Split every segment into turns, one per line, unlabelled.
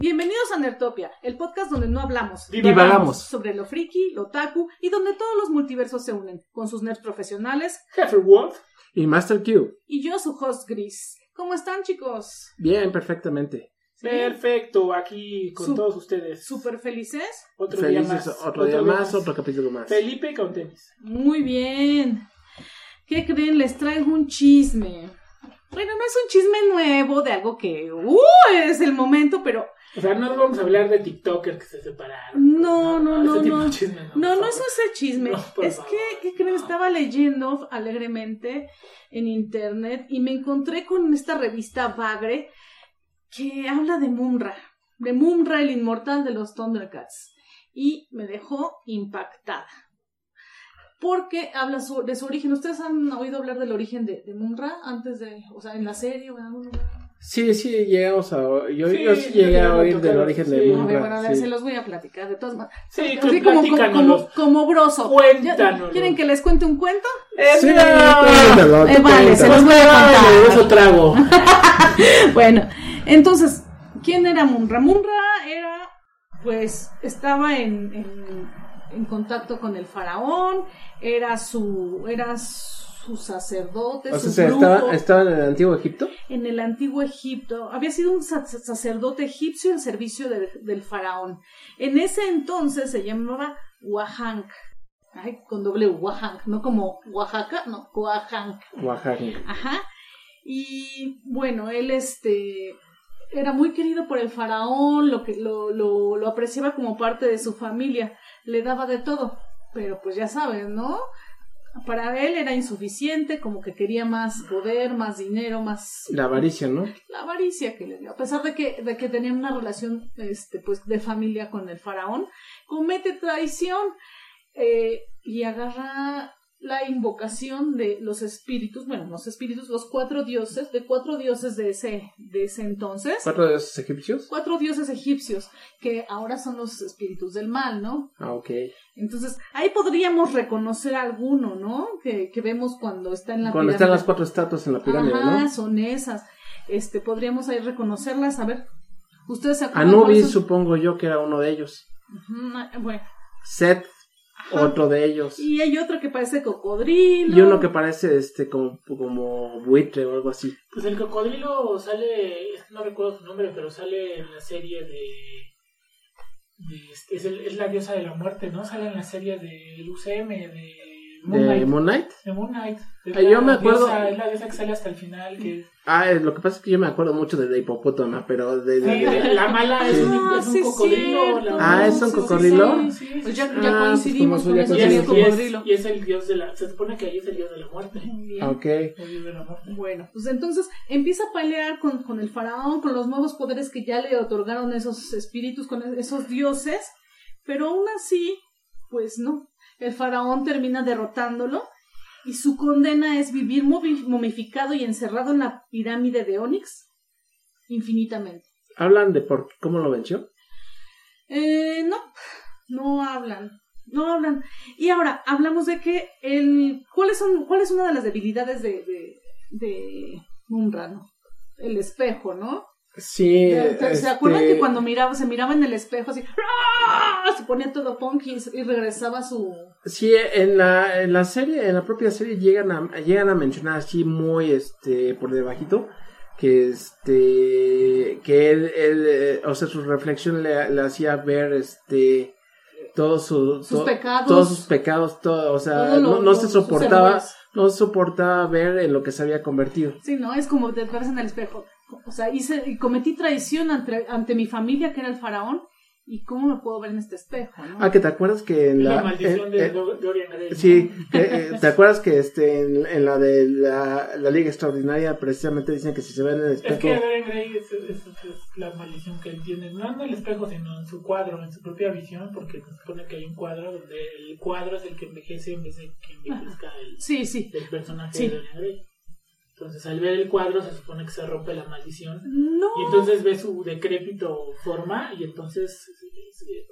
Bienvenidos a Nertopia, el podcast donde no hablamos,
Divagamos.
sobre lo friki, lo otaku y donde todos los multiversos se unen con sus nerds profesionales.
Jefe Wolf. Y Master Q.
Y yo, su host Gris. ¿Cómo están, chicos?
Bien, perfectamente.
Perfecto, aquí con
Su-
todos ustedes.
¿Súper felices?
Otro día
Felices
más.
otro, día más, otro capítulo más.
Felipe con tenis.
Muy bien. ¿Qué creen? Les traigo un chisme. Bueno, no es un chisme nuevo de algo que ¡uh! es el momento, pero
O sea, no vamos a hablar de TikTokers que se separaron.
No, no, no,
Ese tipo
no.
de chisme,
No,
por
no es
favor.
ese chisme.
No, por
es
favor,
que, ¿qué creen?
no.
Estaba leyendo alegremente en internet y me encontré con esta revista Bagre que habla de Mumra. De Mumra, el inmortal de los Thundercats. Y me dejó impactada. Porque habla su- de su origen. ¿Ustedes han oído hablar del origen de, de Mumra antes de, o sea, en la serie o en algún lugar?
Sí, sí, llegamos a. Yo
Sí,
sí, yo sí llegué a
lo
oír del
tocaron,
origen
sí.
de
A ver,
Mumra,
bueno, a ver,
sí.
se los voy a platicar de todas maneras. Así
Sí, que
como, como,
platícanos.
como, como broso.
Cuéntanos.
¿Quieren que les cuente un cuento?
Sí,
Sí,
cuéntalo,
Eh,
tú
vale, se
cuéntalo.
los voy a
Dale,
contar.
eso trago.
Bueno, entonces, ¿quién era Munra? Munra era, pues, estaba en, en- en contacto con el faraón, era su, era su sacerdote,
O sea,
su
se
brujo.
estaba, estaba en el antiguo Egipto.
en el antiguo Egipto. Había sido un sac- sacerdote egipcio en servicio de- del faraón. En ese entonces se llamaba Wahank. Ay, con doble Wahank, no como Oaxaca, no, Wahank.
Oaxaca.
Ajá. Y bueno, él este era muy querido por el faraón, lo que lo, lo, lo apreciaba como parte de su familia, le daba de todo, pero pues ya saben, ¿no? Para él era insuficiente, como que quería más poder, más dinero, más
La avaricia, ¿no?
la avaricia que le dio. A pesar de que, de que tenían una relación este, pues, de familia con el faraón, comete traición eh, y agarra la invocación de los espíritus, bueno, los espíritus, los cuatro dioses, de cuatro dioses de ese, de ese entonces,
Cuatro de esos egipcios.
cuatro dioses egipcios, que ahora son los espíritus del mal, ¿no?
Ah, ok.
Entonces, ahí podríamos reconocer alguno, ¿no? Que, que vemos cuando está en la
Cuando están
pirámide.
las cuatro estatuas en la pirámide,
Ajá,
¿no?
son esas. Este, podríamos ahí reconocerlas, a ver. Ustedes se acuerdan.
Anubis,
cuáles son?
supongo yo que era uno de ellos.
Ujú, ah, Bueno.
Set,
ajá.
otro de ellos.
Y hay otro que parece cocodrilo.
Y uno que parece este como, como buitre o algo así.
Pues el cocodrilo sale, es que no recuerdo su nombre, pero sale en la serie de... de este- es, el- es la diosa de la muerte, ¿no? Sale en la serie del UCM, de Moon
De
Knight.
Moon Knight.
De Moon Knight. Es
Ah,
la
yo me acuerdo-
diosa- es la diosa que sale hasta el final, que es...
Ah, eh, lo que pasa es que yo me acuerdo mucho de la hipopótama, pero de... de-
Sí,
de-
la mala es, un-
Ah,
es un
sí,
cocodrilo.
cierto.
la-
Ah, ¿es un
sí, sí,
cocodrilo?
sí, sí, sí.
Pues ya,
Ah,
ya
pues
coincidimos
como
con
Y
eso
suele
es,
del
coincidir.
y, es,
cocodrilo.
y es el dios de la. Se supone que ahí es el dios de la muerte.
Muy bien.
Ah, ok.
El dios de la muerte.
Bueno, pues entonces empieza a pelear con, con el faraón, con los nuevos poderes que ya le otorgaron esos espíritus, con e- esos dioses, pero aún así, pues no. El faraón termina derrotándolo y su condena es vivir movi- momificado y encerrado en la pirámide de Onix infinitamente.
Hablan de por qué- cómo lo venció.
Eh, no, no hablan, no hablan. Y ahora, hablamos de que el... ¿Cuál es, un- cuál es una de las debilidades de, de, de Mumra, no? El espejo, ¿no?
Sí.
¿Te- te- ¿Se acuerdan
Eh, este,
que cuando miraba, se miraba en el espejo así, ¡ah! se ponía todo punk y, y regresaba a su...
Sí, en la, en la serie, en la propia serie llegan a, llegan a mencionar así muy, este, por debajito, que este, que él, él, eh, o sea, su reflexión le, le hacía ver, este, todos su-
sus
to-
pecados?
todos sus pecados, todo, o sea,
todo lo-
no, no se
sus
soportaba,
errores.
no soportaba ver en lo que se había convertido.
Sí, ¿no? Es como te ves en el espejo. O sea, hice, y cometí traición ante, ante mi familia, que era el faraón, y cómo me puedo ver en este espejo, ¿no?
Ah, que te acuerdas que en
La,
la,
maldición
en-
de,
en-
de Dorian Gray.
Sí, eh, eh, ¿te acuerdas que este en, en la de la, la Liga Extraordinaria precisamente dicen que si se ven en el
Es
espejo
que Dorian Gray es, es- es la maldición que él tiene. No en el espejo, sino en su cuadro, en su propia visión, porque se supone que hay un cuadro donde el cuadro es el que envejece en vez de que envejezca el,
Sí, sí.
el personaje
Sí.
de Dorian Gray. Entonces, al ver el cuadro, se supone que se rompe la maldición.
No.
Y entonces ve su decrépito forma y entonces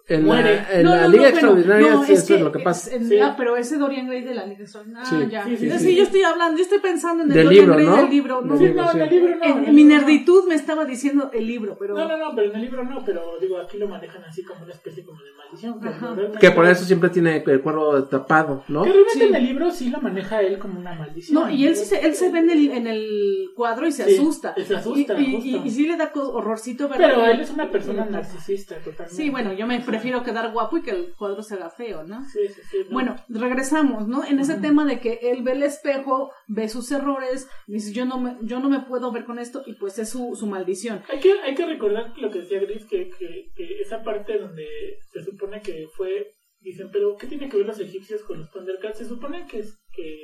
En
Muere.
la, en la Liga Extraordinaria sí, eso es lo que pasa.
en-
Sí.
Ah, pero ese Dorian Gray de la Liga Extraordinaria. Ah,
Sí,
ya.
sí,
Sí,
sí, sí.
yo estoy hablando, yo estoy pensando en el
Del
Dorian
libro,
Gray
¿no?
del libro. No,
Del
Sí,
libro,
no,
sí.
en el libro no.
en-
en el
en mi
libro no.
nerditud me estaba diciendo el libro, pero.
No, no, no, pero en el libro no, pero digo, aquí lo manejan así como una especie como de maldición. pero
Ajá.
realmente-
Que por eso siempre tiene el cuervo tapado, ¿no?
Que realmente
Sí.
en el libro sí lo maneja él como una maldición.
No, y él, sí se, él se ve en el, en el cuadro y se
Sí,
asusta.
se asusta,
Y, y-
justo.
y- y sí le da co- horrorcito, ¿verdad?
Pero él es una persona narcisista totalmente.
Sí, bueno, yo me prefiero quedar guapo y que el cuadro se haga feo, ¿no?
Sí, sí, sí. no.
Bueno, regresamos, ¿no? En ese
Ujú.
tema de que él ve el espejo, ve sus errores, dice, yo no me, yo no me puedo ver con esto, y pues es su, su maldición.
Hay que, hay que recordar lo que decía Gris, que, que, que esa parte donde se supone que fue, dicen, pero ¿qué tiene que ver los egipcios con los Thundercats? Se supone que, es- que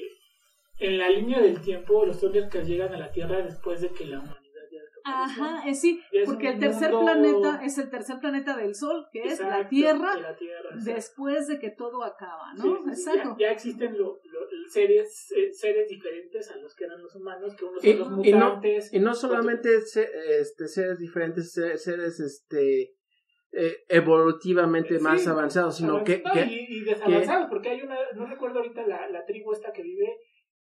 en la línea del tiempo los Thundercats llegan a la Tierra después de que la humanidad ya desapareció.
Ajá, es sí,
Es
porque
un
el tercer
mundo-
planeta es el tercer planeta del Sol, que es la
Exacto, de
Tierra,
la Tierra, exacto.
después de que todo acaba,
Sí,
¿no?
sí, sí,
Exacto.
Ya, ya existen lo- lo- seres, eh, seres diferentes a los que eran los humanos, que unos
Y-
son los
y no-
mutantes.
Y no solamente se- este, seres diferentes, se- seres este eh, evolutivamente
Sí,
más avanzados, sino que,
avanzados
que-
y, y desavanzados, porque hay una, no recuerdo ahorita la, la tribu esta que vive,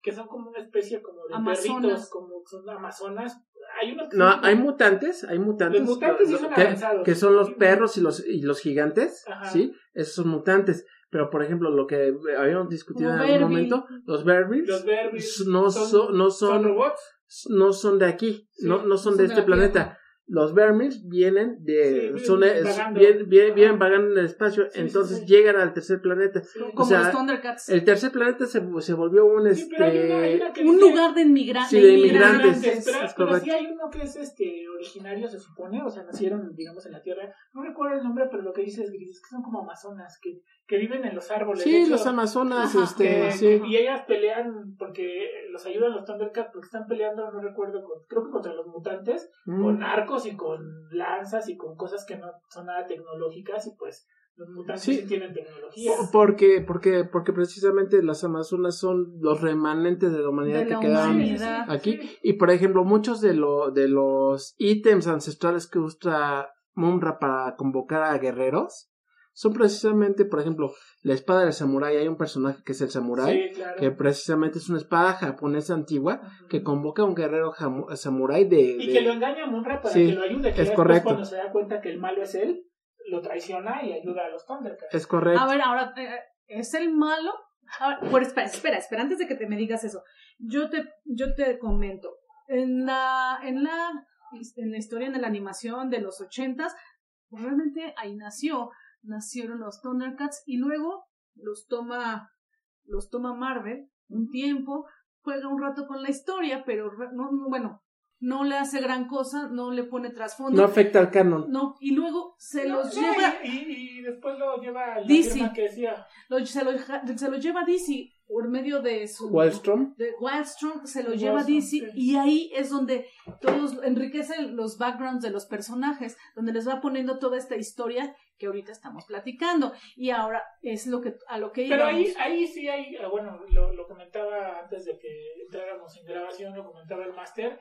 que son como una especie como de
Amazonas.
perritos, como son amazonas. Hay unos que
no
son-
hay mutantes, hay mutantes,
Los mutantes sí
lo-
son
que,
avanzados.
que son los perros y los y los gigantes,
Ajá.
sí, esos son mutantes. Pero por ejemplo lo que habíamos discutido
Como
en algún
Barbie.
momento, los Berbils
los verdes
no
son-
son, no
son
son
robots.
no son de aquí,
Sí,
no, no son,
son
de
de
este
la
planeta.
Tierra.
Los Vermils vienen de.
Sí,
son,
vienen
es-
vagando.
vienen- vienen- vienen
Ajá.
vagando en el espacio,
Sí,
entonces
sí, sí.
llegan al tercer planeta.
Como
sea,
los Thundercats.
El tercer planeta se, se volvió un.
Sí, pero hay una- hay
este,
una que
un
dice-
lugar de, inmigra-
Sí, de
inmigrantes.
inmigrantes.
pero,
es
pero
correcto.
sí hay uno que es este originario, se supone, o sea, nacieron, digamos, en la tierra. No recuerdo el nombre, pero lo que dices, Gris, es que son como amazonas, que, que viven en los árboles. De
sí,
hecho,
los Amazonas,
Ajá.
este.
que-
sí.
Y ellas pelean porque los ayudan los Thundercats porque están peleando, no recuerdo, con- creo que contra los mutantes,
Mm.
con arcos y con lanzas y con cosas que no son nada tecnológicas y pues los mutantes
Sí.
sí, tienen tecnología.
Porque, porque, porque precisamente las Amazonas son los remanentes de la humanidad
De
que
la
quedaron
humanidad.
aquí. Y por ejemplo, muchos de, lo, de los ítems ancestrales que usa Mumra para convocar a guerreros son precisamente, por ejemplo, la espada del samurái. Hay un personaje que es el samurái,
Sí, claro.
que precisamente es una espada japonesa antigua
Ujú.
que convoca a un guerrero jamu- samurái de.
Y
de-
que lo engaña a Munra para
Sí,
que lo ayude. Que
es
después
correcto.
Cuando se da cuenta que el malo es él, lo traiciona y ayuda a los Thundercats.
Es correcto.
A ver, ahora, eh, ¿es el malo? A ver, por- espera, espera, espera, antes de que te me digas eso, yo te, yo te comento, en la, en la, en la historia, en la animación de los ochentas, pues realmente ahí nació, nacieron los Thundercats y luego los toma, los toma Marvel un tiempo, juega un rato con la historia, pero re- no, no, bueno, no le hace gran cosa, no le pone
no
trasfondo,
afecta al canon.
no, y luego se
No,
los
no,
lleva
Y, y- y después lo lleva a la
Dizzy.
firma que decía.
lo- se, lo, ja- se lo lleva DC por medio de su
Wallstrom.
de Wildstrom, se lo
Wallstrom,
lleva DC
sí.
y ahí es donde todos enriquecen los backgrounds de los personajes, donde les va poniendo toda esta historia que ahorita estamos platicando y ahora es lo que a lo que
Pero ahí,
íbamos.
ahí sí hay, ah, bueno, lo, lo comentaba antes de que entráramos en grabación, lo comentaba el máster,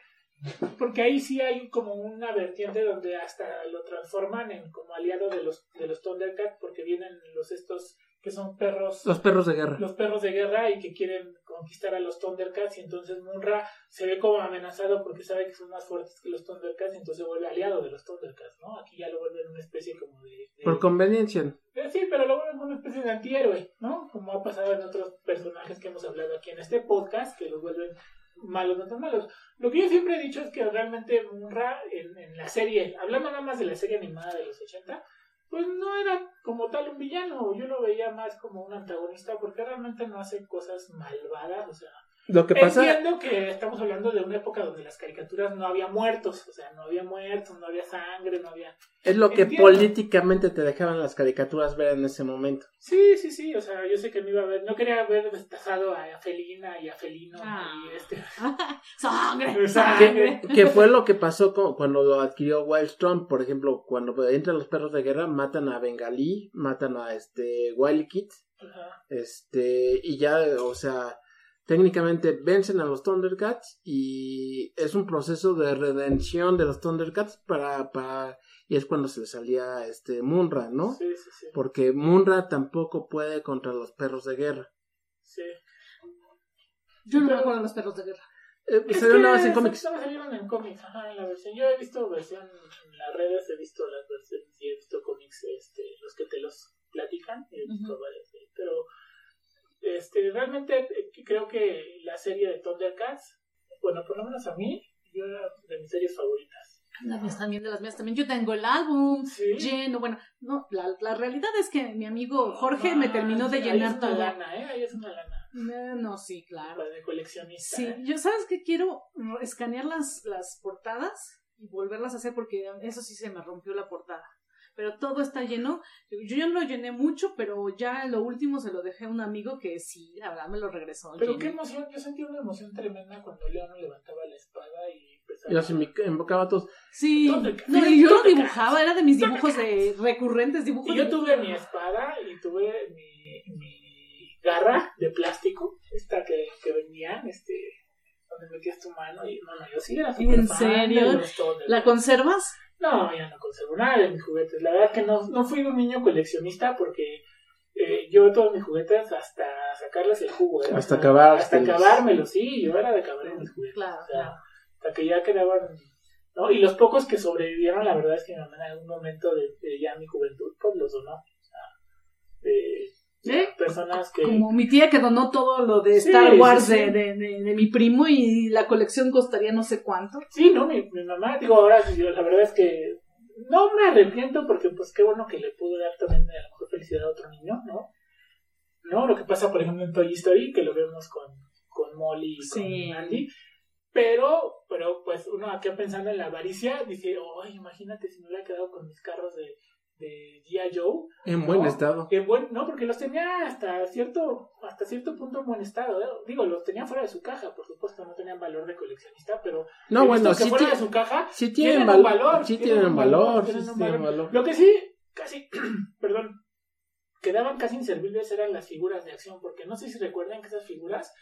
porque ahí sí hay como una vertiente donde hasta lo transforman en como aliado de los, de los Thundercats, porque vienen los estos que son perros
Los perros de guerra.
los perros de guerra y que quieren conquistar a los Thundercats y entonces Munra se ve como amenazado porque sabe que son más fuertes que los Thundercats y entonces se vuelve aliado de los Thundercats, ¿no? Aquí ya lo vuelven una especie como de... de-
Por conveniencia.
de- Eh, sí, pero lo vuelven una especie de antihéroe, ¿no? Como ha pasado en otros personajes que hemos hablado aquí en este podcast, que los vuelven malos, no tan malos. Lo que yo siempre he dicho es que realmente Munra en, en la serie, hablando nada más de la serie animada de los 80, pues no era como tal un villano, yo lo veía más como un antagonista porque realmente no hace cosas malvadas, o sea,
Lo que pasa.
entiendo que estamos hablando de una época donde las caricaturas no había muertos, o sea, no había muertos, no había sangre, no había...
Es lo que
Entiendo.
políticamente te dejaban las caricaturas ver en ese momento.
Sí, sí, sí, o sea, yo sé que no iba a ver, no quería ver destazado a Felina y a Felino
Ah.
y este...
sangre,
Ah,
Que,
sangre.
que fue lo que pasó co- cuando lo adquirió Wildstorm, por ejemplo, cuando entran los perros de guerra, matan a Bengalí, matan a este Wily Kid,
Ajá.
este, y ya, o sea, técnicamente vencen a los Thundercats y es un proceso de redención de los Thundercats para, para y es cuando se le salía este Munra, ¿no?
Sí, sí, sí.
Porque Munra tampoco puede contra los perros de guerra.
sí.
Yo no me acuerdo de los perros de guerra.
Eh,
Es
salió
que
una vez en
esas
cómics.
no salieron en cómics, ajá, en la versión. Yo he visto versión en las redes, he visto las versiones y he visto cómics, este, los que te los platican, he visto
Ujú.
varios, eh, pero este, realmente eh, creo que la serie de Thundercats, bueno, por lo menos a mí, yo era de mis series favoritas.
Las mías también, de las mías también. Yo tengo el álbum
Sí.
lleno. Bueno, no, la, la realidad es que mi amigo Jorge me terminó de
Ah, Ahí
llenar
es una
todo.
lana, ¿eh? Ahí es una lana.
No, no, sí, claro.
Para de coleccionista.
Sí,
¿eh?
yo sabes que quiero mm, escanear las, las portadas y volverlas a hacer porque eso sí se me rompió la portada. Pero todo está lleno. Yo yo ya lo llené mucho, pero ya lo último se lo dejé a un amigo que sí, la verdad me lo regresó.
Pero
lleno.
qué emoción, yo sentí una emoción tremenda cuando León levantaba la espada y empezaba
Yo se me invocaba a todos.
Sí,
¿Dónde ca-
no, y yo lo
¿Dónde
dibujaba, era de mis dibujos de recurrentes, dibujos
Y yo
de-
tuve mi espada y tuve mi, mi garra de plástico, esta que, que venían, este, donde metías tu mano y bueno, yo sí era súper
¿En
fan
serio?
de los Thundercats.
¿La conservas?
No, ya no conservo nada de mis juguetes. La verdad que no, no fui un niño coleccionista porque eh, yo todos mis juguetes hasta sacarles el jugo. era
Hasta
una-
acabártelos.
Hasta pues. acabármelos, sí, yo era de acabar mis juguetes.
Claro,
o sea,
claro.
Hasta que ya quedaban... ¿no? Y los pocos que sobrevivieron, la verdad es que mi mamá en algún momento de, de ya mi juventud pues los donó. O sea, de, de
¿Eh?
personas que...
Como mi tía que donó todo lo de
Sí,
Star
sí,
Wars de-
sí.
De, de- de mi primo y la colección costaría no sé cuánto.
Sí, no, mi, mi mamá, digo, ahora sí, yo la verdad es que no me arrepiento porque pues qué bueno que le pudo dar también a lo mejor felicidad a otro niño, ¿no? No, lo que pasa por ejemplo en Toy Story, que lo vemos con, con Molly y
Sí.
con Andy, pero, pero pues uno acá pensando en la avaricia dice, ay, imagínate si me hubiera quedado con mis carros de, de G.I. Joe,
En buen
No.
estado.
que bueno, no, porque los tenía hasta cierto, hasta cierto punto en buen estado, ¿eh? digo, los tenía fuera de su caja, por supuesto, no tenían valor de coleccionista, pero
No,
he
bueno,
visto que
sí,
fuera
ti-
de su caja
sí
tienen
tienen
un
valo-
valor,
Sí
tienen un
tienen valor.
valor,
Sí
tienen un
tienen valor.
Lo que sí, casi, perdón, quedaban casi inservibles eran las figuras de acción, porque no sé si recuerdan que esas figuras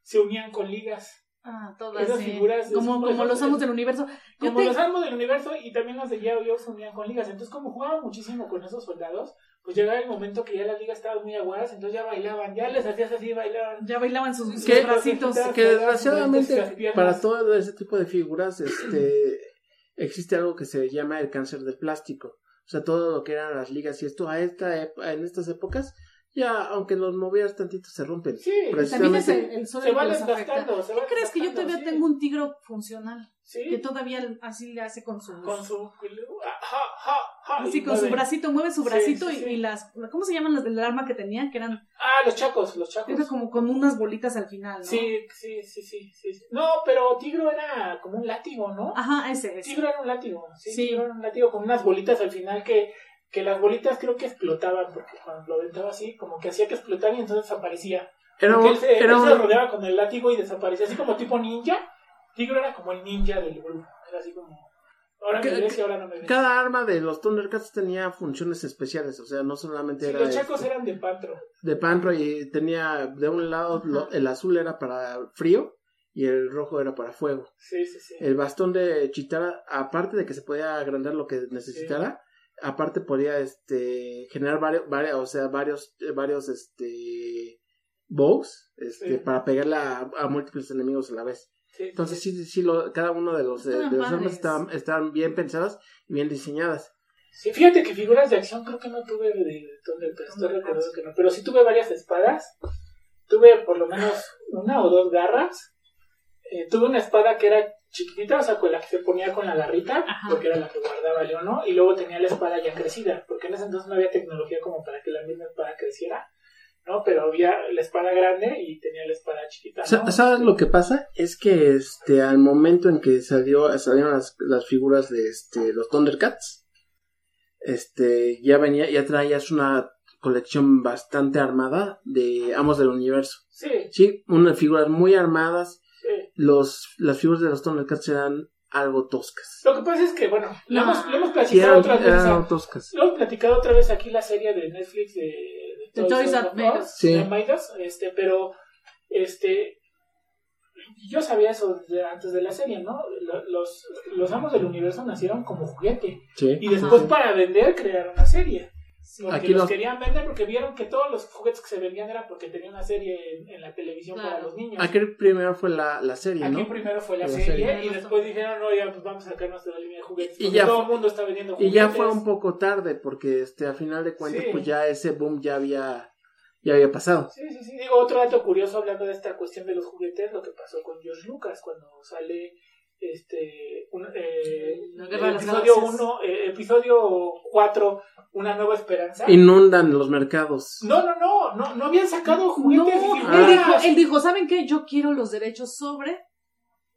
se unían con ligas,
Ah, todas.
Esas
sí.
figuras de
como,
esos
como
juegos
los
de-
amos del universo. Yo
como
te-
los amos del universo y también las de Yao Yao se unían con ligas. Entonces, como jugaban muchísimo con esos soldados, pues llegaba el momento que ya las ligas estaban muy aguadas, entonces ya bailaban, ya les hacías así, bailaban.
Ya bailaban sus, sus
¿Qué?
bracitos.
Las
que
caderas, las
desgraciadamente
piernas.
para todo ese tipo de figuras este existe algo que se llama el cáncer del plástico o sea todo lo que eran las ligas y esto a esta ep- en estas épocas ya aunque los movieras tantito se rompen
Sí,
Pues,
También es el, el sol
se
el que
va
los afecta.
desgastando. se
¿Qué
va
crees que yo
desgastando,
todavía
sí.
tengo un tigro funcional?
Sí.
Que todavía así le hace con sus...
con su ah, ja, ja, ja,
así
y
con su
mueve.
bracito, mueve su
Sí,
bracito
sí,
y-
sí.
Y, las... ¿Cómo se llaman las del arma que tenía? Que eran
ah los chacos los chacos
era como con unas bolitas al final, ¿no?
sí, sí sí sí sí sí. no pero tigro era como un látigo no
Ah,
Ajá, ese es.
tigro era un látigo sí,
Sí.
tigro era un látigo con unas bolitas al final que que las bolitas creo que explotaban porque cuando lo aventaba así como que hacía que explotara y entonces desaparecía
era
Porque
un,
él, se,
era
él se
un-
rodeaba con el látigo y desaparecía así como tipo ninja tigro era como el ninja del grupo era así como ahora me
Ca-
ves y ahora no me ves
cada arma de los Thundercats tenía funciones especiales o sea no solamente
Sí,
era
los chacos
este,
eran de pantro
de Panro y tenía de un lado lo-
Ajá.
el azul era para frío y el rojo era para fuego
sí sí sí
El bastón de Chitara, aparte de que se podía agrandar lo que necesitara, aparte podía este generar varios, varios o sea, varios, eh, varios este bows
Sí.
este, para pegarle a, a múltiples enemigos a la vez.
Sí,
Entonces sí, sí, sí, lo- cada uno de los, eh,
Estaban
de los
padres.
armas estaban, estaban bien pensadas y bien diseñadas.
Sí, fíjate que figuras de acción creo que no tuve de de Thundercats, estoy recordando que no, pero sí tuve varias espadas, tuve por lo menos una o dos garras, eh, tuve una espada que era chiquitita, o sea, con la que se ponía con la garrita,
Ajá.
porque era la que guardaba León, ¿no? y luego tenía la espada ya crecida, porque en ese entonces no había tecnología como para que la misma espada creciera, ¿no? Pero había la espada grande y tenía la espada chiquita, ¿no?
Sa- ¿Sabes lo que pasa? Es que este al momento en que salió, salieron las, las figuras de este, los Thundercats, este ya venía, ya traías una colección bastante armada de Amos del Universo.
Sí,
Sí, unas figuras muy armadas.
sí.
Los, las figuras de los Thundercats eran algo toscas.
Lo que pasa es que, bueno, lo,
No.
hemos, lo hemos
Sí,
platicado
eran,
otras veces.
eran
¿no?
toscas.
Lo hemos platicado otra vez aquí la serie de Netflix de,
De Toys That Made Us.
Sí.
de Made Us, este, pero este, yo sabía eso desde antes de la serie, ¿no? Lo- Los, los amos del universo nacieron como juguete
Sí.
y después
Ajá.
para vender crearon una serie. Porque
Aquí
los
los-
querían vender porque vieron que todos los juguetes que se vendían eran porque tenía una serie en, en la televisión para
Claro.
los niños. Aquí,
Aquel primero fue la, la serie, ¿no?
primero fue la,
La
serie,
serie.
y después dijeron, no, ya pues vamos a sacar nuestra línea de juguetes.
Y
porque
ya
todo
fue-
el mundo está vendiendo
Y
juguetes.
ya fue un poco tarde, porque este, a final de cuentas,
Sí.
pues ya ese boom ya había, ya había pasado.
Sí, sí, sí. Digo, otro dato curioso hablando de esta cuestión de los juguetes, lo que pasó con George Lucas cuando sale este un- eh,
La Guerra de las
episodio
Galaxias.
1, episodio 4, Una Nueva Esperanza.
Inundan los mercados.
No, no, no, no, no habían sacado
No,
juguetes. y
él
figuras.
dijo, él dijo, ¿saben qué? Yo quiero los derechos sobre,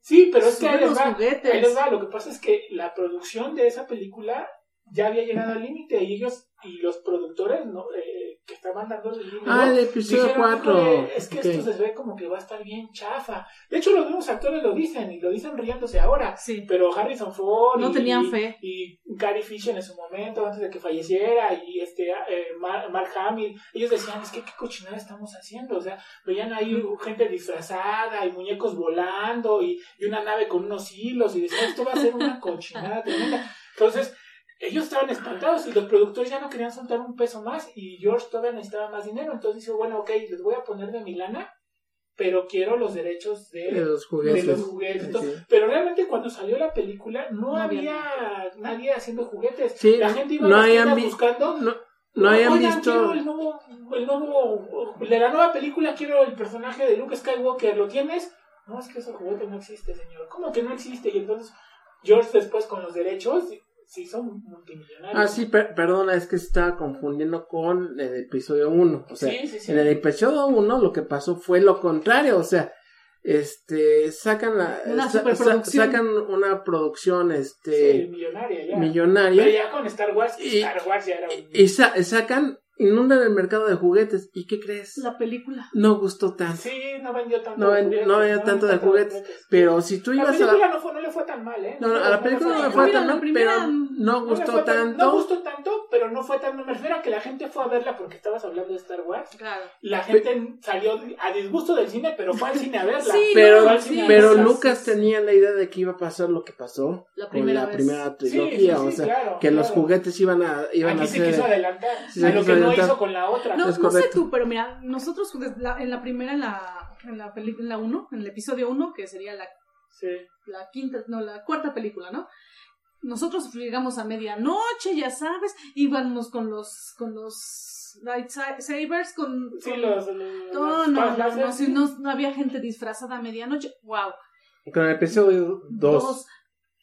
Sí, pero es que ahí
sobre
les
los
va. Ahí les
juguetes.
va, lo que pasa es que la producción de esa película ya había llegado al límite y ellos y los productores no, eh, que estaban dando el límite
Ah, el
Pues
episodio
Dijeron,
4.
"Híjole, Es que esto se ve como que va a estar bien chafa. De hecho, los mismos actores lo dicen y lo dicen riéndose ahora.
Sí,
Pero Harrison Ford
no
y,
tenían fe.
y Gary Fisher en su momento, antes de que falleciera, y este eh, Mar- Mark Hamill, ellos decían, es que qué cochinada estamos haciendo. O sea, veían ahí gente disfrazada y muñecos volando y, y una nave con unos hilos y decían, esto va a ser una cochinada tremenda. Entonces, ellos estaban espantados y los productores ya no querían soltar un peso más y George todavía necesitaba más dinero. Entonces dice, bueno, ok, les voy a poner de mi lana, pero quiero los derechos de
De los
de
juguetes.
los juguetes. Entonces,
Sí.
Pero realmente cuando salió la película no,
No había
había nadie haciendo juguetes.
Sí,
la gente iba
no
a las
habían
tiendas
vi-
buscando.
No, no habían
"Oigan,
visto.
quiero El nuevo, el nuevo- de la nueva película quiero el personaje de Luke Skywalker. ¿Lo tienes? No, es que ese juguete no existe, señor. ¿Cómo que no existe? Y entonces George después con los derechos sí son multimillonarios.
Ah, sí, per- perdona, es que se estaba confundiendo con el episodio 1. O sea,
sí, sí, sí.
en el episodio 1 lo que pasó fue lo contrario. O sea, este, sacan la,
Una
sa- sa-
superproducción.
sacan una producción
Sí,
este,
millonaria ya. Pero
millonaria
ya con Star Wars,
Y-
Star Wars ya era un...
y, y sa- sacan, inundan el mercado de juguetes. ¿Y qué crees?
La película.
No gustó tanto.
Sí, no vendió tanto
No
de
vendió-
juguetes,
no vendió tanto de juguetes, Pero si tú
La
ibas a.
película no, fue, no le fue tan mal, ¿eh?
No, no, a la película no le
Ah,
fue
mira,
tan
la
mal,
primera
pero no
no le
gustó
fue tan- No
tanto.
gustó tanto, pero no fue tan. Me refiero a que la gente fue a verla porque estabas hablando de Star Wars.
Claro.
La gente salió a disgusto del cine, pero fue al cine a verla.
Sí,
Pero,
no,
sí,
pero
sí,
Lucas
sí.
tenía la idea de que iba a pasar lo que pasó
La
con
primera
la
vez.
primera
Sí, sí,
trilogía,
sí,
o sea,
claro,
que los
claro.
juguetes iban a, iban
Aquí
a
se quiso
ser...
adelantar.
Sí, se
a lo
quiso
que no
adelantar.
hizo con la otra.
No,
Es
no sé
correcto.
tú, pero mira, nosotros desde la- en la primera, en la, en la peli- en la 1, en el episodio 1, que sería la,
Sí.
la quinta, no, la cuarta película, ¿no? Nosotros llegamos a medianoche, ya sabes, íbamos con los, con los lightsabers, con,
Sí,
con-
los. los-
No,
los
no,
fans
no, no,
láser.
si no, no había gente disfrazada a medianoche. Wow.
Con el episodio 2.
Dos.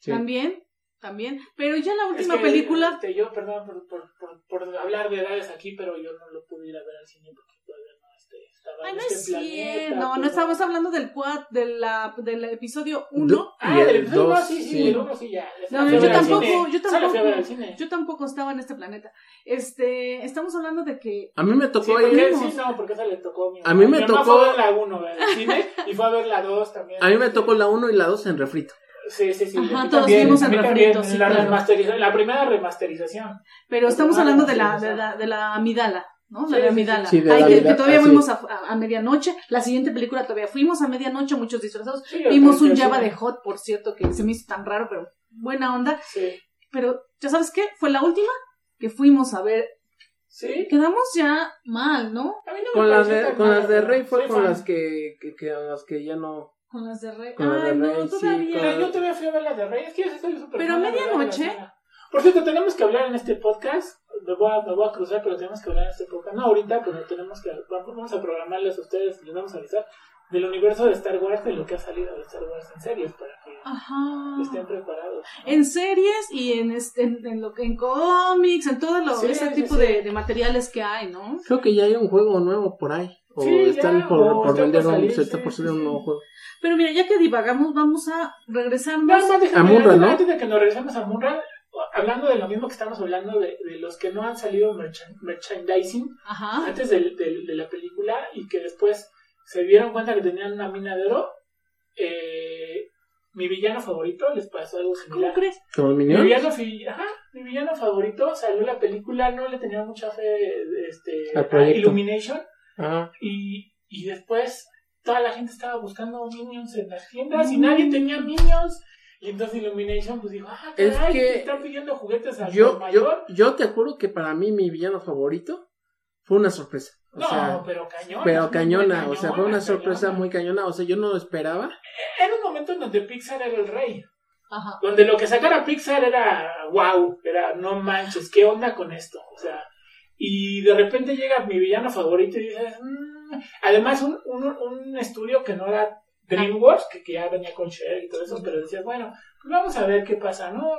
También, también. Pero ya la
Es
última
que,
película.
este, yo, perdón por, por, por, por hablar de edades aquí, pero yo no lo pude ir a ver al cine porque todavía no este, estaba
Ay,
en
no
este
es
planeta, pues,
cierto. No, no
pero-
estamos hablando del cuad, de la, del episodio 1.
Ah,
Y el
del episodio
dos,
no, sí, sí,
sí.
el uno sí ya.
No,
Esa la fui
yo
a ver al
tampoco,
cine.
yo
Esa la fui a ver
tampoco.
al cine.
Yo tampoco estaba en este planeta. Este, estamos hablando de que.
A mí me
Sí,
tocó ir...
porque,
vimos.
sí, no, porque esa le tocó a mi
A mí me
Mi mamá
tocó-
fue a ver la 1 en el cine y fue a ver la 2 también.
A mí me tocó la 1 y la 2 en refrito.
Sí, sí, sí.
Ajá,
a mí
todos
también,
vimos
a mí
el
también,
refrito, sí,
la,
claro.
remasteriza- la primera remasterización.
Pero estamos
Ah,
hablando
sí,
de la,
sí.
de la, de la amidala. ¿no?
Sí,
de la
sí,
amidala.
sí. Sí, de la
Ay, que- que,
amidala,
todavía
así
fuimos a, a- a medianoche. La siguiente película todavía fuimos a medianoche, muchos disfrazados.
Sí,
Vimos un
sí,
Java
sí.
de Hot, por cierto, que se me hizo tan raro, pero buena onda.
Sí,
Pero, ¿ya sabes qué? Fue la última que fuimos a ver.
sí.
Quedamos ya mal, ¿no?
A mí no me
Con las
pareció
de,
tan
con
mala,
las de
pero
Rey fue
soy
con
fan.
las que, que, que- las que ya no...
Con las de Rey.
Con las de
Ay, no,
Rey, sí,
todavía.
con-
Mira, yo todavía fui a ver las de Rey. Es que yo sí soy súper
Pero
fan,
a
la verdad, de la
medianoche.
saga. Por cierto, tenemos que hablar en este podcast. Me voy, a, me voy a cruzar, pero tenemos que hablar en este podcast. No, ahorita, pero tenemos que. Vamos a programarles a ustedes, les vamos a avisar del universo de Star Wars, de lo que ha salido de Star Wars en series, para que estén
Ajá.
preparados. ¿no?
En series y en, este- en, en lo que- en cómics, en todo lo,
Sí,
ese
sí,
tipo
sí.
De, de materiales que hay, ¿no?
Creo que ya hay un juego nuevo por ahí. O
Sí, ya,
están por,
o
por
está por
vender un,
salir,
se está
sí,
por
sí,
salir un
sí.
nuevo juego.
Pero mira, ya que divagamos, vamos a regresarnos.
Nada más déjame-
A Munra,
antes,
¿no?
antes de que nos regresemos a Munra, hablando de lo mismo que estamos hablando de, de los que no han salido en merchan- merchandising,
Ah.
Ajá.
antes del- del- de la película y que después se dieron cuenta que tenían una mina de oro, eh, mi villano favorito les pasó algo
¿Cómo
similar.
crees?
¿Con
Mi
Minion?
villano, fi- ajá, mi villano favorito salió la película, no le tenía mucha fe este,
Al
a
proyecto.
Illumination
Ajá.
y, y después toda la gente estaba buscando minions en las tiendas
Mm.
y nadie tenía minions. Y entonces Illumination pues dijo, ah,
Es
caray,
que
te están pidiendo juguetes al
Yo, yo,
mayor.
yo te juro que para mí mi villano favorito fue una sorpresa. O
no,
sea,
pero cañona.
pero
fue
cañona,
muy
o sea, fue una
cañona,
sorpresa
cañona.
muy cañona. O sea, yo no lo esperaba.
Era un momento en donde Pixar era el rey.
Ajá.
donde lo que sacara Pixar era wow, era no manches, ¿qué onda con esto? O sea, y de repente llega mi villano favorito y dices, "Mm". además un, un, un estudio que no era DreamWorks, que, que ya venía con Share y todo eso, pero decías, bueno, pues vamos a ver qué pasa, ¿no?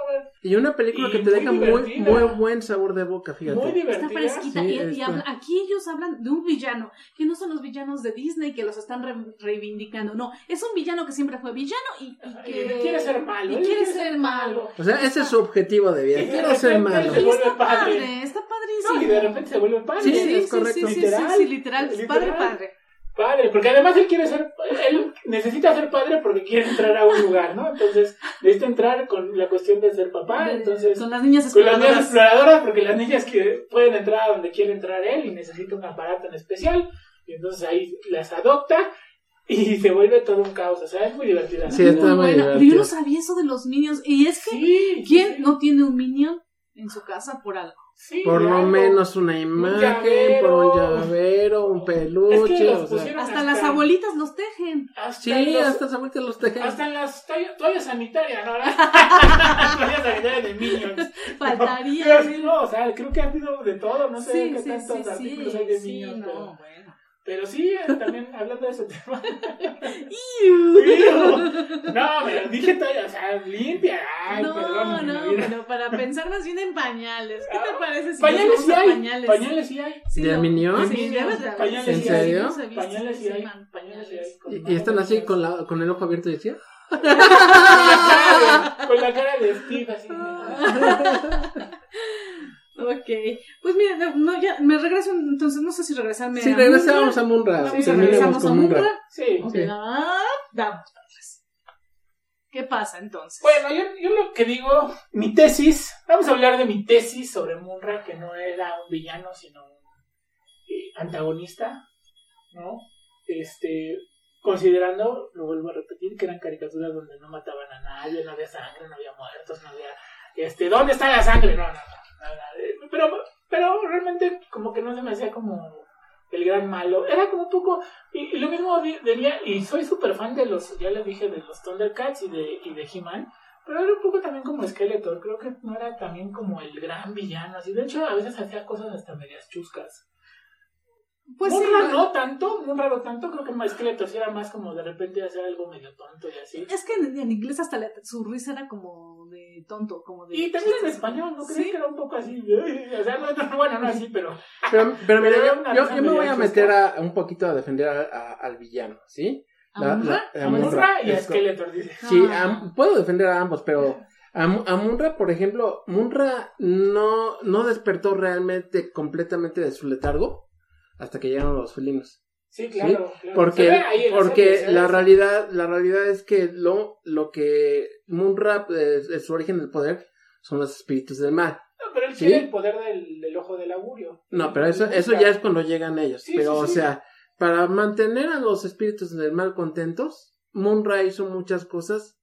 Y una película
Y
que te
muy
deja muy,
divertida.
muy buen sabor de boca, fíjate.
Muy
Está
divertida.
fresquita.
Sí,
y, y
está.
habla- aquí ellos hablan de un villano, que no son los villanos de Disney que los están re- reivindicando. No, es un villano que siempre fue villano y, y
Y
que
quiere ser malo.
Y
él
quiere ser malo.
O sea, ese es su objetivo de vida.
Y de
Quiero ser
repente
malo.
se
Y está
vuelve padre.
padre, está
No,
padrísimo.
y de repente se vuelve padre.
Sí,
Sí,
sí,
es
sí,
correcto.
sí, sí,
Literal.
sí, literal,
Literal.
padre, padre.
padre, porque además él quiere ser, él necesita ser padre porque quiere entrar a un lugar, ¿no? Entonces, necesita entrar con la cuestión de ser papá,
De-
entonces,
con las niñas
con las niñas
exploradoras.
exploradoras porque las niñas que pueden entrar a donde quiere entrar él y necesita un aparato en especial, y entonces ahí las adopta y se vuelve todo un caos, o sea, es muy divertida.
Sí, está muy
Bueno, pero yo
divertido.
no sabía eso de los minions. Y es que,
Sí,
¿quién no tiene un minion en su casa por algo?
sí,
Por lo
algo.
menos una imagen, por
llavero.
un llavero, un peluche.
Es que los
o sea.
pusieron
Hasta las abuelitas los tejen.
hasta
Sí,
los-
hasta esa vuelta los tejen.
hasta en las toall- toallas sanitarias, ¿no? Las toallas sanitarias de Minions.
Faltaría.
Pero sí, no, o sea, creo que ha habido de todo, no sé qué tantos artículos hay de
sí,
niños,
no,
pero,
bueno.
pero sí, eh, también hablando de ese tema.
Iu.
no, pero dije todavía, o sea, limpia. Ay,
No,
perdón.
no, pero para pensar más bien en pañales. ¿Qué te
Ah,
parece si
Pañales
nos
sí
vamos a
hay.
pañales?
Pañales. sí hay.
Sí,
¿De
no.
minions?
Sí, debe de haber.
Pañales
¿En
sí,
serio?
los he visto,
Pañales
sí,
sí hay.
man,
Pañales sí hay. con
Y, y
manos
están así
limpias.
con, la, con el ojo abierto y decía.
Con la cara de- Con la cara de Steve, así.
Ah. Ok, pues mira, no, no, ya me regreso, entonces no sé si regresarme
Sí,
a
regresamos a Munra.
Munra. Sí,
terminamos
regresamos a
con Munra.
Munra.
Sí.
Ok,
Sí.
ah, vamos para atrás. ¿Qué pasa entonces?
Bueno, yo, yo lo que digo, mi tesis, vamos a hablar de mi tesis sobre Munra, que no era un villano, sino un eh, antagonista, ¿no? Este, considerando, lo vuelvo a repetir, que eran caricaturas donde no mataban a nadie, no había sangre, no había muertos, no había... Este, ¿dónde está la sangre? No, no, no, no, no, eh, pero, pero realmente como que no se me hacía como el gran malo, era como un poco... Y, y lo mismo di- diría, y soy súper fan de los, ya les dije, de los Thundercats y de, y de He-Man, pero era un poco también como Skeletor, creo que no era también como el gran villano, así, de hecho a veces hacía cosas hasta medias chuscas.
pues sí,
Munra
bueno,
no tanto, un raro tanto, creo que más Skeletor sí era más como de repente hacer algo medio tonto y así.
es que en, en inglés hasta la- su risa era como de tonto, como de...
Y también en español, ¿no crees
Sí.
que era un poco así? O sea, no, no, bueno, no así, pero...
Pero, pero mira,
Pero
yo-
era una
yo,
cosa
yo me voy a
medio
meter a, un poquito a defender a- a- al villano, ¿sí?
¿A
La-
Munra?
la- la
A
Munra,
Munra y a
es co-
Skeletor, dice.
Sí,
Ah.
a- puedo defender a ambos, pero a, Mu- a Munra, por ejemplo, Munra no, no despertó realmente completamente de su letargo hasta que llegaron los felinos.
Sí, claro, claro. Se ve
Porque,
ahí en la
porque
serie, se ve
la
eso.
realidad, la realidad es que lo, lo que Munra, eh, es su origen del poder, son los espíritus del mal.
No, pero él
Sí.
tiene el poder del, del ojo del augurio.
No, pero eso, eso ya es cuando llegan ellos.
Sí,
pero,
sí,
o
sí.
sea, para mantener a los espíritus del mal contentos, Munra hizo muchas cosas,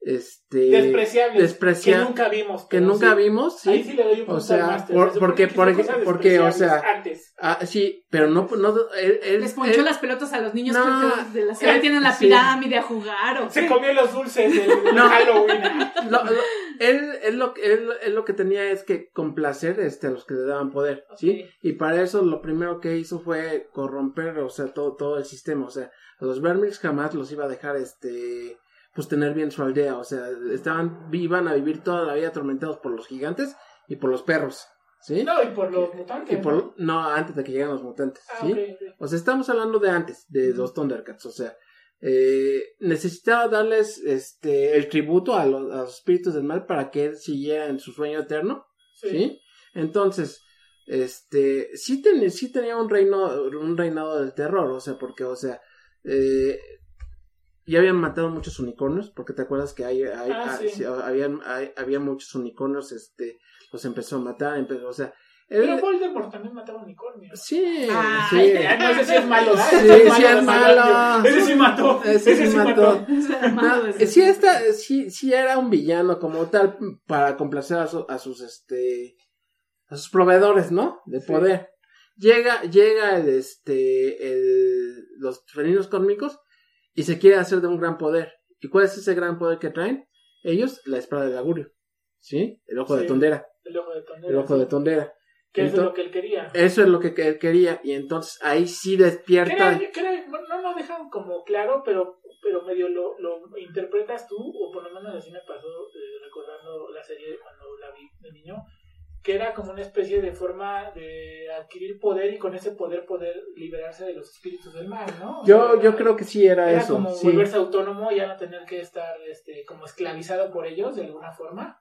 este,
despreciable.
desprecia-
Que nunca vimos.
que
pero
nunca
sí.
vimos, sí.
Ahí sí le doy un punto
O sea,
al máster.
por-
Se supone
porque-
que
por-
hizo cosas
porque, o sea,
despreciables Antes.
Ah, sí, pero no, no, él, él-
Les ponchó
él-
las pelotas a los niños
No.
porque de la ciudad tienen la
Sí.
pirámide a jugar o
Se
qué.
comió los dulces del del
No.
Halloween.
lo- lo- él- él lo, él- él lo que tenía es que complacer, este, a los que le daban poder, ¿sí?
Ok.
Y para eso lo primero que hizo fue corromper, o sea, todo, todo el sistema, o sea, a los Vermix jamás los iba a dejar, este, pues tener bien su aldea, o sea, estaban, iban a vivir toda la vida atormentados por los gigantes y por los perros, ¿sí?
No, y por los mutantes.
y por, no, antes de que llegaran los mutantes,
Ah,
¿sí?
ok, ok.
O sea, estamos hablando de antes, de los Thundercats. O sea, eh, necesitaba darles este, el tributo a los, a los espíritus del mal para que él siguiera en su sueño eterno.
Sí.
Sí. Entonces, este, sí, ten- sí tenía un reino, un reinado del terror. O sea, porque, o sea, eh, ya habían matado muchos unicornios. Porque te acuerdas que hay, hay-
Ah,
ah,
sí.
sí, habían, hay- había muchos unicornios. Este, los empezó a matar. empe- o sea,
Pero Voldemort también mataba unicornios.
Sí,
Ah,
sí.
Ah, no, ese sí es malo. ¿verdad?
Sí,
Ese
sí es malo.
Ese sí mató.
Ah, Ese sí mató.
Armado ese.
eh, Sí, esta, sí, sí era un villano como tal para complacer a, su- a sus este a sus proveedores, ¿no? De
Sí.
poder. Llega, llega el este el, los felinos cósmicos y se quiere hacer de un gran poder. ¿Y cuál es ese gran poder que traen? Ellos, la espada del augurio, ¿sí? El ojo de
Sí.
tondera,
El ojo de Tondera.
el ojo de tondera.
Que eso es
Entonces-
lo que él quería.
Eso es lo que él quería y entonces ahí sí despierta.
Que era- que era- bueno, no lo dejan como claro, pero, pero medio lo, lo interpretas tú, o por lo menos así me pasó eh, recordando la serie cuando la vi de niño, que era como una especie de forma de adquirir poder y con ese poder poder liberarse de los espíritus del mal, ¿no?
Yo, yo creo que sí era,
era
eso.
como
sí.
volverse autónomo y ya no tener que estar este, como esclavizado por ellos de alguna forma,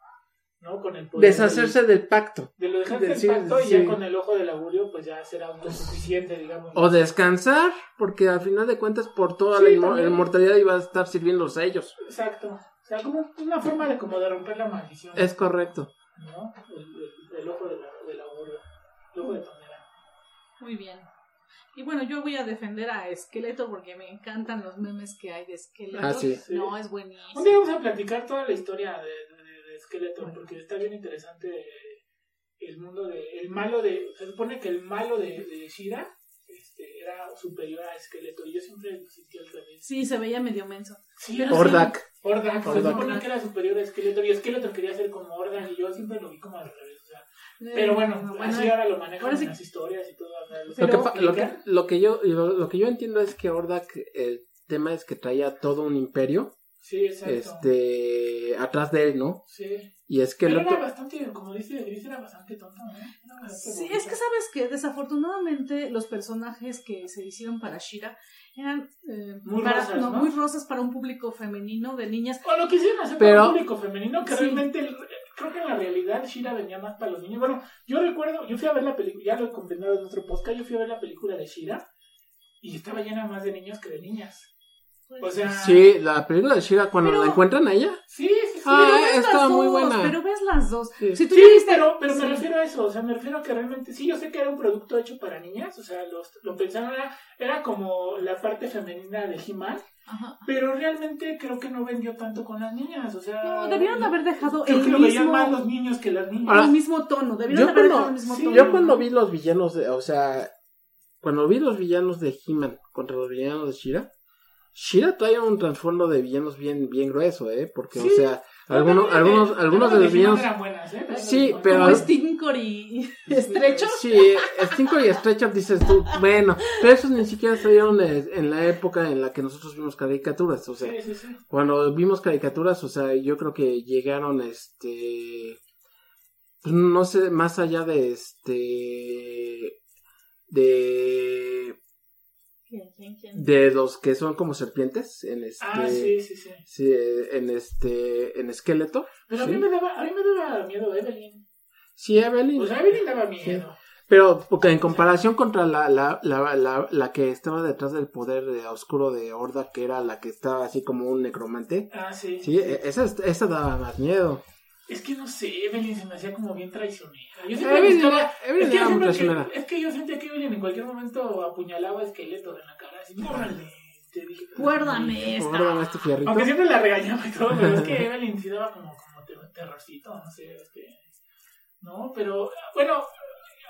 ¿no? Con el poder.
Deshacerse del pacto.
De lo dejaste
de- sí,
en pacto y
sí.
ya con el ojo del augurio pues ya será autosuficiente, digamos.
O descansar, porque al final de cuentas por toda la
Sí,
inmo-
también.
inmortalidad iba a estar sirviéndose a ellos.
Exacto. O sea, como una forma de como de romper la maldición.
Es correcto.
¿No? El, el- el ojo de la, del augurio. El ojo de Pandera.
Muy bien. Y bueno, yo voy a defender a Esqueleto porque me encantan los memes que hay de Esqueleto.
Ah, sí.
No, es
Un día
buenísimo.
vamos a platicar toda la historia de, de, de Skeletor, porque está bien interesante el mundo de... El malo de... Se supone que el malo de, de Shira este, era superior a Skeletor. Y yo siempre sentí al revés.
Sí, se veía medio menso.
Ah, Sí, era
Ordak.
Ordak. Se
Ordak.
supone que era superior a Skeletor. Y Skeletor quería ser como Ordak. Y yo siempre lo vi como al revés. o sea, pero bueno,
Eh,
así ahora lo manejan
ahora sí-
en las historias y todo. o sea,
Lo que,
Pero-
pa- lo, que, lo que yo, lo, lo que yo entiendo es que Ordak, el tema es que traía todo un imperio
Sí, exacto.
este atrás de él, ¿no?
Sí.
Y es que
Pero
lo
era bastante, como dice Gris, era bastante tonto, ¿eh? Era bastante
Sí,
bonito.
es que sabes que desafortunadamente los personajes que se hicieron para Shira eran eh,
Muy
para-
rosas, ¿no?
muy rosas para un público femenino de niñas.
O lo quisieron hacer
Pero-
para un público femenino, que
Sí.
realmente, el- creo que en la realidad Shira venía más para los niños. Bueno, yo recuerdo, yo fui a ver la película, ya lo he comentado en otro podcast, yo fui a ver la película de Shira y estaba llena más de niños que de niñas.
Pues,
O sea, sí,
Sí, la película de Shira, cuando
Pero-
la encuentran a ella.
sí, sí.
Ah,
Pero ves
eh,
las
estaba muy
dos,
buena.
Pero ves las dos.
Sí.
Si tú
Sí,
ya viste-
pero, pero me
sí.
refiero a eso, o sea, me refiero a que realmente, sí, yo sé que era un producto hecho para niñas, o sea, los, lo pensaron, era, era como la parte femenina de He-Man,
Ajá.
Pero realmente creo que no vendió tanto con las niñas, o sea...
No, debieron haber dejado
Creo
el
que lo veían más los
mismo,
niños que las niñas.
Ahora-
el mismo tono.
Ah, Yo
Debieron haber dejado
cuando-
el mismo
sí,
tono.
Yo cuando vi los villanos, de- o sea, cuando vi los villanos de He-Man contra los villanos de Shira, Shira trae un trasfondo de villanos bien, bien grueso, ¿eh? Porque,
Sí.
o sea, algunos, algunos, algunos de los villanos.
Eran buenas, ¿eh?
Sí,
Algunas
pero-
Como
buenas.
Stinkor y y Estrecho.
Sí, Stinko y Stretchup dices tú, bueno, pero esos ni siquiera salieron en en la época en la que nosotros vimos caricaturas, o sea,
Sí, sí, sí.
cuando vimos caricaturas, o sea, yo creo que llegaron, este, pues, no sé, más allá de este, de,
¿Quién, quién, quién?
de los que son como serpientes, en este,
Ah, sí, sí, sí.
sí, eh, en este, en esqueleto,
Pero a,
Sí.
mí me daba, a mí me daba miedo Evelyn.
sí, Evelyn,
O sea, Evelyn daba miedo.
pero porque en comparación contra la, la, la, la, la que estaba detrás del poder de oscuro de Horda, que era la que estaba así como un necromante,
Ah, sí.
sí, e- esa, esa daba más miedo.
Es que no sé, Evelyn se me hacía como bien traicionera. Yo siempre
Evelyn
buscaba-
era- Evelyn
es, que
era muy
yo
traicionera.
siempre que, es que yo sentía que Evelyn en cualquier momento apuñalaba esqueleto en la cara. Así, órale. Te dije,
Guárdame esta.
Guárdame este fierrito.
Aunque siempre la regañaba y todo, pero es que Evelyn sí daba como, como ter- terrorcito, no sé, este, ¿no? Pero, bueno,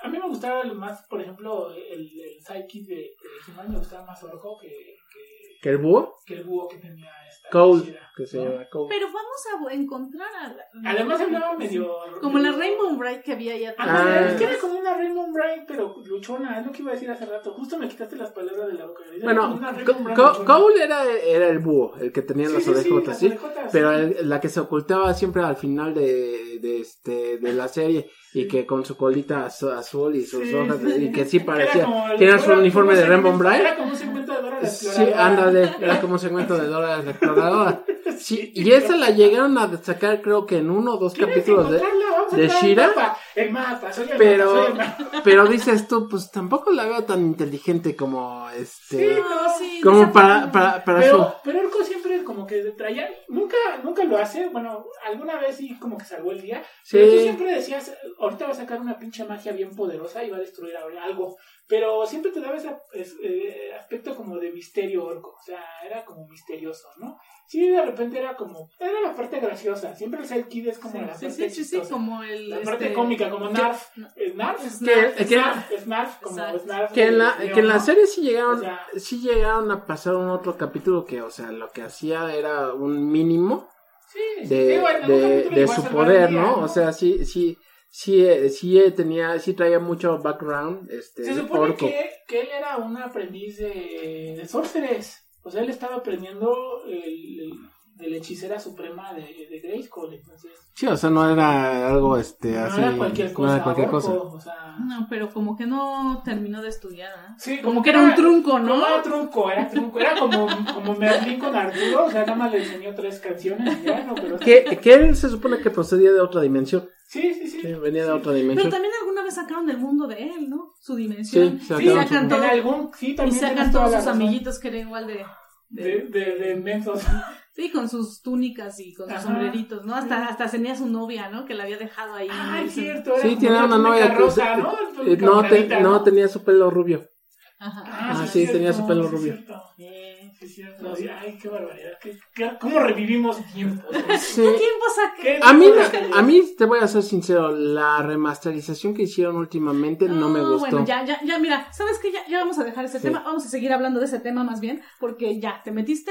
a mí me gustaba el más, por ejemplo, el, el sidekick de, de He-Man, me gustaba más Orco que, que,
¿Que el búho?
que el búho que tenía esta
Cole,
Shira,
que se
¿no?
llama Cole.
Pero vamos a encontrar a la-
Además hablaba medio...
Como la Rainbow Bright que había allá atrás.
Ah,
Ah.
es que era como una Rainbow Bright, pero luchona, es lo que iba a decir hace rato. Justo me quitaste las palabras de la boca. Era como
Bueno,
una Rainbow
Co-
Bright
Co-
luchona.
Cole era, era el búho, el que tenía
Sí,
las
sí, sí,
orejotas,
las
¿sí?
orejotas,
Pero
sí.
el- la que se ocultaba siempre al final de, de este, de la serie y que con su colita azu- azul y sus
Sí,
hojas
sí, sí.
y que sí parecía.
como el-
¿Tienes un
era
uniforme
como
de
un
Rainbow
segmento-
Bright?
Era como un segmento de Dora la
Sí,
Exploradora.
ándale, era como un segmento de Dora la exploradora. Sí, y esa la llegaron a destacar creo que en uno o dos
Tienes que
capítulos de,
encontrarla, vamos a
de
entrar al
Shira,
mapa. El mapa, soy el
pero-
mapa, soy el mapa.
pero dices tú, pues tampoco la veo tan inteligente como este
Sí,
No, sí,
como para
desafortunadamente.
para para
Pero,
su
pero Orco siempre como como que traía, nunca, nunca lo hace, bueno, alguna vez sí como que salvó el día,
Sí.
pero tú siempre decías, ahorita va a sacar una pinche magia bien poderosa y va a destruir a- algo, pero siempre te daba ese es- eh, aspecto como de misterio orco, o sea, era como misterioso, ¿no? Sí, de repente era como, era la parte graciosa, siempre el Sidekick es como la
Sí, sí,
parte
sí, sí,
chistosa.
como el.
La parte
este,
cómica, como Narf. ¿Es Narf?
Es
Que-
Es
que-
Narf, es Narf, como
Exacto.
es Narf.
Que en la,
de- de
que en la
León, ¿no?
serie sí llegaron,
O sea-
sí llegaron a pasar un otro capítulo que, o sea, lo que hacía era un mínimo
Sí,
de,
digo, en algún
de,
capítulo
de
igual
su
salvar
poder,
el día,
¿no? O sea, sí, sí, sí, eh, sí eh, tenía, sí traía mucho background, este,
Se supone
orco.
que, que él era un aprendiz de, de sorceress. O sea, él estaba aprendiendo el, el- de la hechicera suprema de, de Grayskull. Entonces,
Sí, o sea, no era algo, este,
no
así,
era cualquier cosa.
no era cualquier
orco,
cosa.
o sea,
No, pero como que no terminó de estudiar, ¿ah?
sí,
Como que era un trunco,
No,
¿no?
era truco, era truco. Era como, como Merlín con Arturo. O sea, nada más le enseñó tres canciones y ya, no, pero...
Que, que él se supone que procedía de otra dimensión,
Sí, sí, sí.
que venía de
Sí.
otra
Pero
dimensión.
también alguna vez sacaron del mundo de él, ¿no? Su
Sí,
dimensión.
se
y
Sí,
acabaron
sacan
su-
en
todo-
algún, sí,
Y
también
sacan
tienes toda
todos
la
sus
razón.
amiguitos que eran igual de.
de, de, de mensos.
Sí, con sus túnicas y con sus
Ajá.
sombreritos, ¿no? Hasta, hasta tenía su novia, ¿no? Que la había dejado ahí.
Ah,
¿no?
es cierto. era
Sí,
como
tenía una
túnica
novia que-
rosa, ¿no?
Eh,
Túnica
no, te-
moradita,
no, tenía su pelo rubio.
Ajá.
Ah,
es
sí, tenía su pelo
sí, es
rubio.
cierto.
Eh,
Sí, es cierto. Sí, Ay, qué barbaridad. ¿Qué, qué- cómo revivimos tiempo?
Sí.
¿Quién vos saca?
¿Qué
A mí,
tiempo
a mí, te voy a ser sincero, la remasterización que hicieron últimamente Este no me
Ah,
gustó.
Bueno, ya, ya, ya, mira, ¿sabes qué? Ya, ya vamos a dejar ese
Sí.
tema, vamos a seguir hablando de ese tema más bien, porque ya, te metiste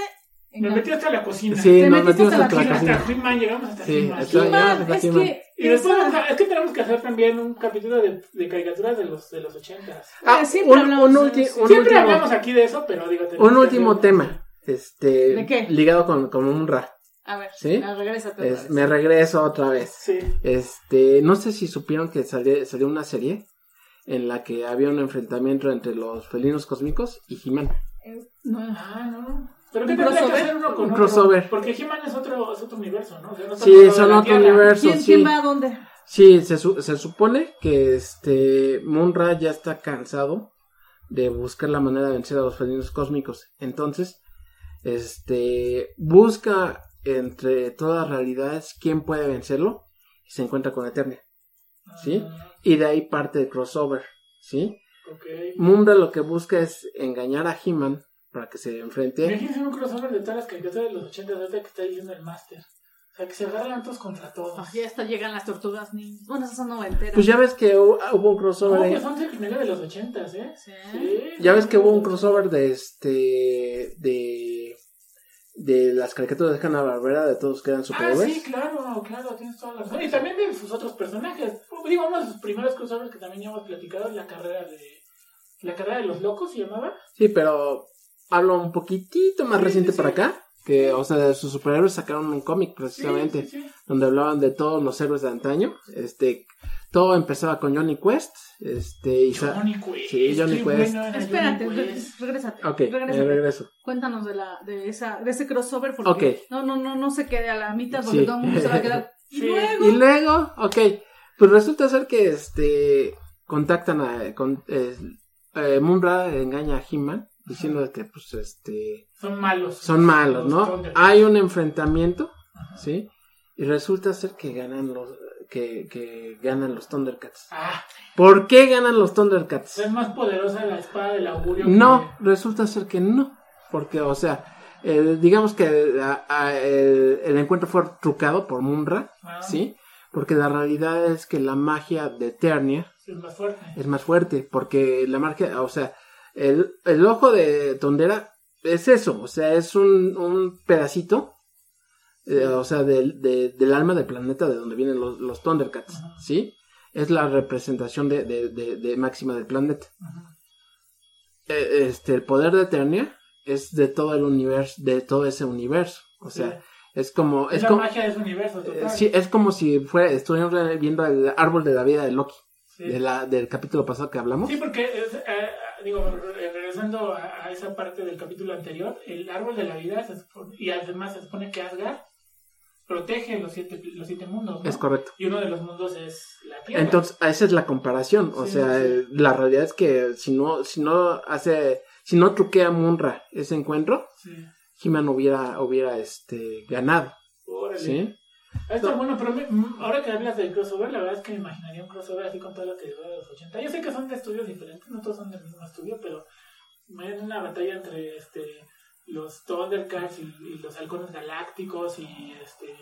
en
Me
la-
metí hasta la cocina.
Sí,
Te
nos
metiste
metimos
hasta
hasta
la
la
Hasta
cocina.
He-Man, llegamos hasta
Sí,
He-Man.
hasta-
Qué mal,
ya,
es
ya,
que
Y después
esa-
otra- es que tenemos que hacer también un capítulo de, de caricaturas de los, de los ochentas.
Ah,
Eh, siempre
un,
hablamos
un
de
ulti-
eso.
un
Siempre
último,
hablamos aquí de eso, pero digo... tenemos
un
que
último
hacer-
tema, este,
¿De qué?
ligado con, con un rap.
A ver,
¿Sí?
la regrésate otra
Es-
vez.
me regreso otra vez.
Sí.
Este, no sé si supieron que salió, salió una serie en la que había un enfrentamiento entre los felinos cósmicos y He-Man.
No,
Ah, no. ¿Pero qué
Un
tendría que
crossover.
hacer uno con
Un
otro?
crossover.
Porque He-Man es otro, es otro universo, ¿no? O sea, no estamos
Sí,
hablando de
son
la
otro
Tierra.
universo.
¿Quién,
sí.
¿Quién va a dónde?
Sí, se, su- se supone que este Munra ya está cansado de buscar la manera de vencer a los felinos cósmicos. Entonces, este busca entre todas las realidades quién puede vencerlo y se encuentra con Eternia. ¿Sí?
Ah,
Y de ahí parte el crossover, ¿sí?
ok.
Munra lo que busca es engañar a He-Man para que se enfrente.
Imagínense un crossover de todas las caricaturas de los 80 ahorita que está diciendo el máster. O sea, que se agarran todos contra todos.
Ah, ya hasta llegan las tortugas ninjas. Bueno, esas son noventeras.
Pues ya ves que hu- hubo un crossover
No,
ahí.
pues son terminales de los 80, ¿eh?
Sí.
Sí.
Ya ves que hubo un crossover de este. de. de las caricaturas de Hanna Barbera, de todos que eran
Ah,
superhéroes.
sí, claro, claro, tienes toda la razón. Y también de sus otros personajes. Digo, uno de sus primeros crossovers que también ya hemos platicado es la carrera de. La carrera de los locos se llamaba.
Sí, pero hablo un poquitito más
Sí,
reciente
sí,
para
sí.
acá. Que, o sea, de sus superhéroes sacaron un cómic
Sí,
precisamente,
sí, sí.
donde hablaban de todos los héroes de antaño. Este, todo empezaba con Johnny Quest. Este, y sa-
Johnny Quest.
Sí, Johnny
qué
Quest.
bueno era
Espérate,
Johnny
re-
Quest.
regrésate.
Ok,
regrésate.
me regreso.
Cuéntanos de la de esa de ese crossover porque
Ok.
no no no no se quede a la mitad porque
Sí.
todo el mundo se va a quedar. Y
Sí.
luego
Y luego, ok, pues resulta ser que este contactan a con, eh, eh, Mumra engaña a He-Man diciendo que pues este
Son malos.
son malos,
Los
¿no? Ah.
Thundercats.
Hay un enfrentamiento,
Ajá.
¿sí? Y resulta ser que ganan los que, que ganan los Thundercats.
Ah.
¿Por qué ganan los
O
Thundercats?
sea, Es más poderosa la espada del augurio.
No, resulta ser que no. Porque, o sea, el- digamos que el, a- a- el- el encuentro fue trucado por Munra,
Ah.
¿sí? Porque la realidad es que la magia de Eternia
que Es más fuerte.
es más fuerte. Porque la magia, o sea, el, el ojo de Tondera es eso, o sea, es un, un pedacito. eh, o sea, del, de- del alma del planeta de donde vienen los, los Thundercats,
Ajá.
¿sí? Es la representación de- de- de- de máxima del planeta
Ajá.
eh, este, el poder de Eternia es de todo el universo, de todo ese universo. O sea, es como,
es
es
la
como,
magia de ese universo total.
eh, sí, es como si fuera, estuviéramos viendo el árbol de la vida de Loki,
Sí.
de la, del capítulo pasado que hablamos.
Sí, porque, es, eh, eh, digo, re- regresando a, a esa parte del capítulo anterior, el árbol de la vida, se supone- y además se supone que Asgard protege los siete, los siete mundos. pues, ¿no?
Es correcto.
Y uno de los mundos es la Tierra.
Entonces, esa es la comparación. O
Sí,
sea,
sí.
el- la realidad es que si no, si no hace, si no truquea a Munra ese encuentro,
Sí.
He-Man hubiera, hubiera este, ganado.
Órale.
¿sí?
Ah, Está
No.
bueno, pero me- mm, ahora que hablas del crossover, la verdad es que me imaginaría un crossover así con todo lo que llegó de los 80. Yo sé que son de estudios diferentes, no todos son del mismo estudio, pero ven una batalla entre este los Thundercats y, y los Halcones Galácticos y este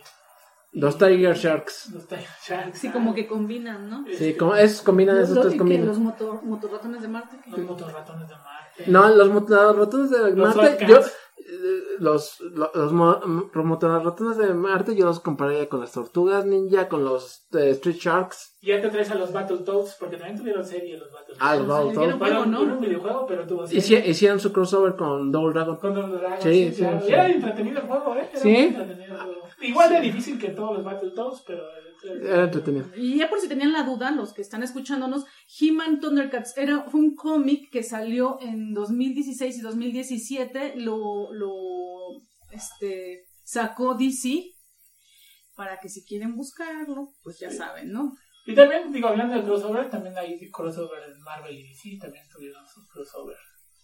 Los Tiger Sharks.
los Tiger Sharks. ah, este,
Sí, como que combinan, ¿no?
Sí, como, esos combinan,
Los,
esos tres
que
combinan.
los motor, motorratones de Marte. que-
Los motorratones de Marte.
No, los motorratones de
Los
Marte,
Hotcats.
yo, eh, los, lo- los, mo- m- motorratones de Marte yo los compararía con las tortugas ninja, con los eh, Street Sharks.
Y ya te traes a los Battletoads, porque también tuvieron serie los Battletoads.
Ah,
O
los
sea,
Battletoads.
hicieron
Bueno,
juego, ¿no?
tuvo un videojuego, pero tuvo serie.
Hici- Hicieron su crossover con Double Dragon.
Con los dragones,
Sí,
sí,
sí,
claro.
sí.
Era entretenido el juego, ¿eh? Era
Sí.
muy entretenido el juego. Igual de difícil que todos los Battletoads, pero...
Era entretenido.
Y ya por si tenían la duda, los que están escuchándonos, He-Man Thundercats era, fue un cómic que salió en 2016 y 2017, lo, lo este, sacó DC, para que si quieren buscarlo, pues ya saben, ¿no?
Y también, digo, hablando de crossover, también hay crossover en Marvel y DC, también tuvieron sus crossover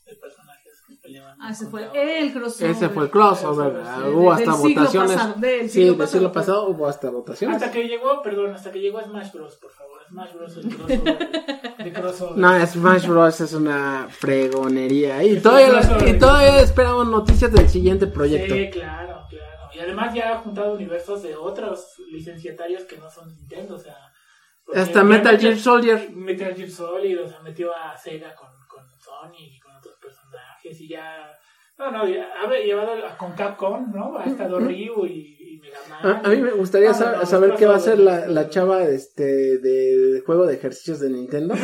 de personajes que peleaban.
Ah, ese fue
contra otros.
el crossover.
Ese fue el crossover.
Sí,
ah,
de-
hubo
del
hasta
siglo
votaciones.
pasado, del
sí,
siglo
del
pasado.
siglo pasado hubo hasta votaciones.
Hasta que llegó, perdón, hasta que llegó Smash Bros, por favor. Smash Bros el crossover. de crossover.
No, Smash Bros. es una fregonería. Y
Es
todavía,
un
los-
crossover.
y todavía esperamos noticias del siguiente proyecto.
Sí, claro, claro. Y además ya ha juntado universos de otros licenciatarios que no son Nintendo, o sea... porque
hasta Metal
realmente-
Gear Soldier.
Metal Gear Solid, o sea, metió a Sega con, con Sony y con otros personajes y ya... No, no, ya ha llevado a- con Capcom, ¿no? Ha estado Ryu y, y Mega Man.
A, a mí me gustaría
Ah,
sab-
no,
saber
no,
qué va a
no,
hacer
no,
la,
no.
la chava este, del juego de ejercicios de Nintendo.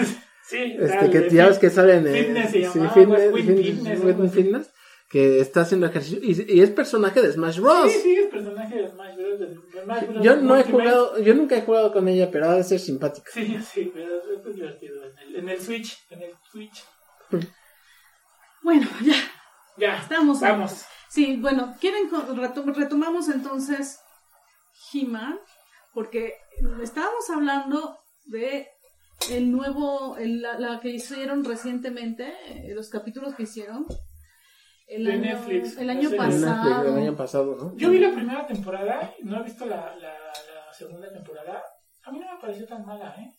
Sí,
Este,
dale,
que ya ves que salen
Fitness se llamaba,
fitness,
Win
Fin-
Fitness,
Win
algo así.
Fitness, que está haciendo ejercicio y, y es personaje de Smash Bros.
Sí, sí, es personaje de Smash Bros. de- de Smash Bros.
Yo no he
Ultimate.
jugado, yo nunca he jugado con ella, pero ha de ser simpática.
Sí, sí, pero es- es divertido. En el, en el Switch, en el Switch.
Bueno, ya,
Ya,
estamos.
Vamos.
Sí, bueno, quieren co- retom- retomamos entonces He-Man, porque estábamos hablando de el nuevo, el- la, la que hicieron recientemente, eh, los capítulos que hicieron. El
De
año,
Netflix,
el
la
año
serie.
En
pasado.
Netflix del año pasado, ¿no?
Yo vi la primera temporada, no he visto la, la, la segunda temporada. A mí no me pareció tan mala, ¿eh?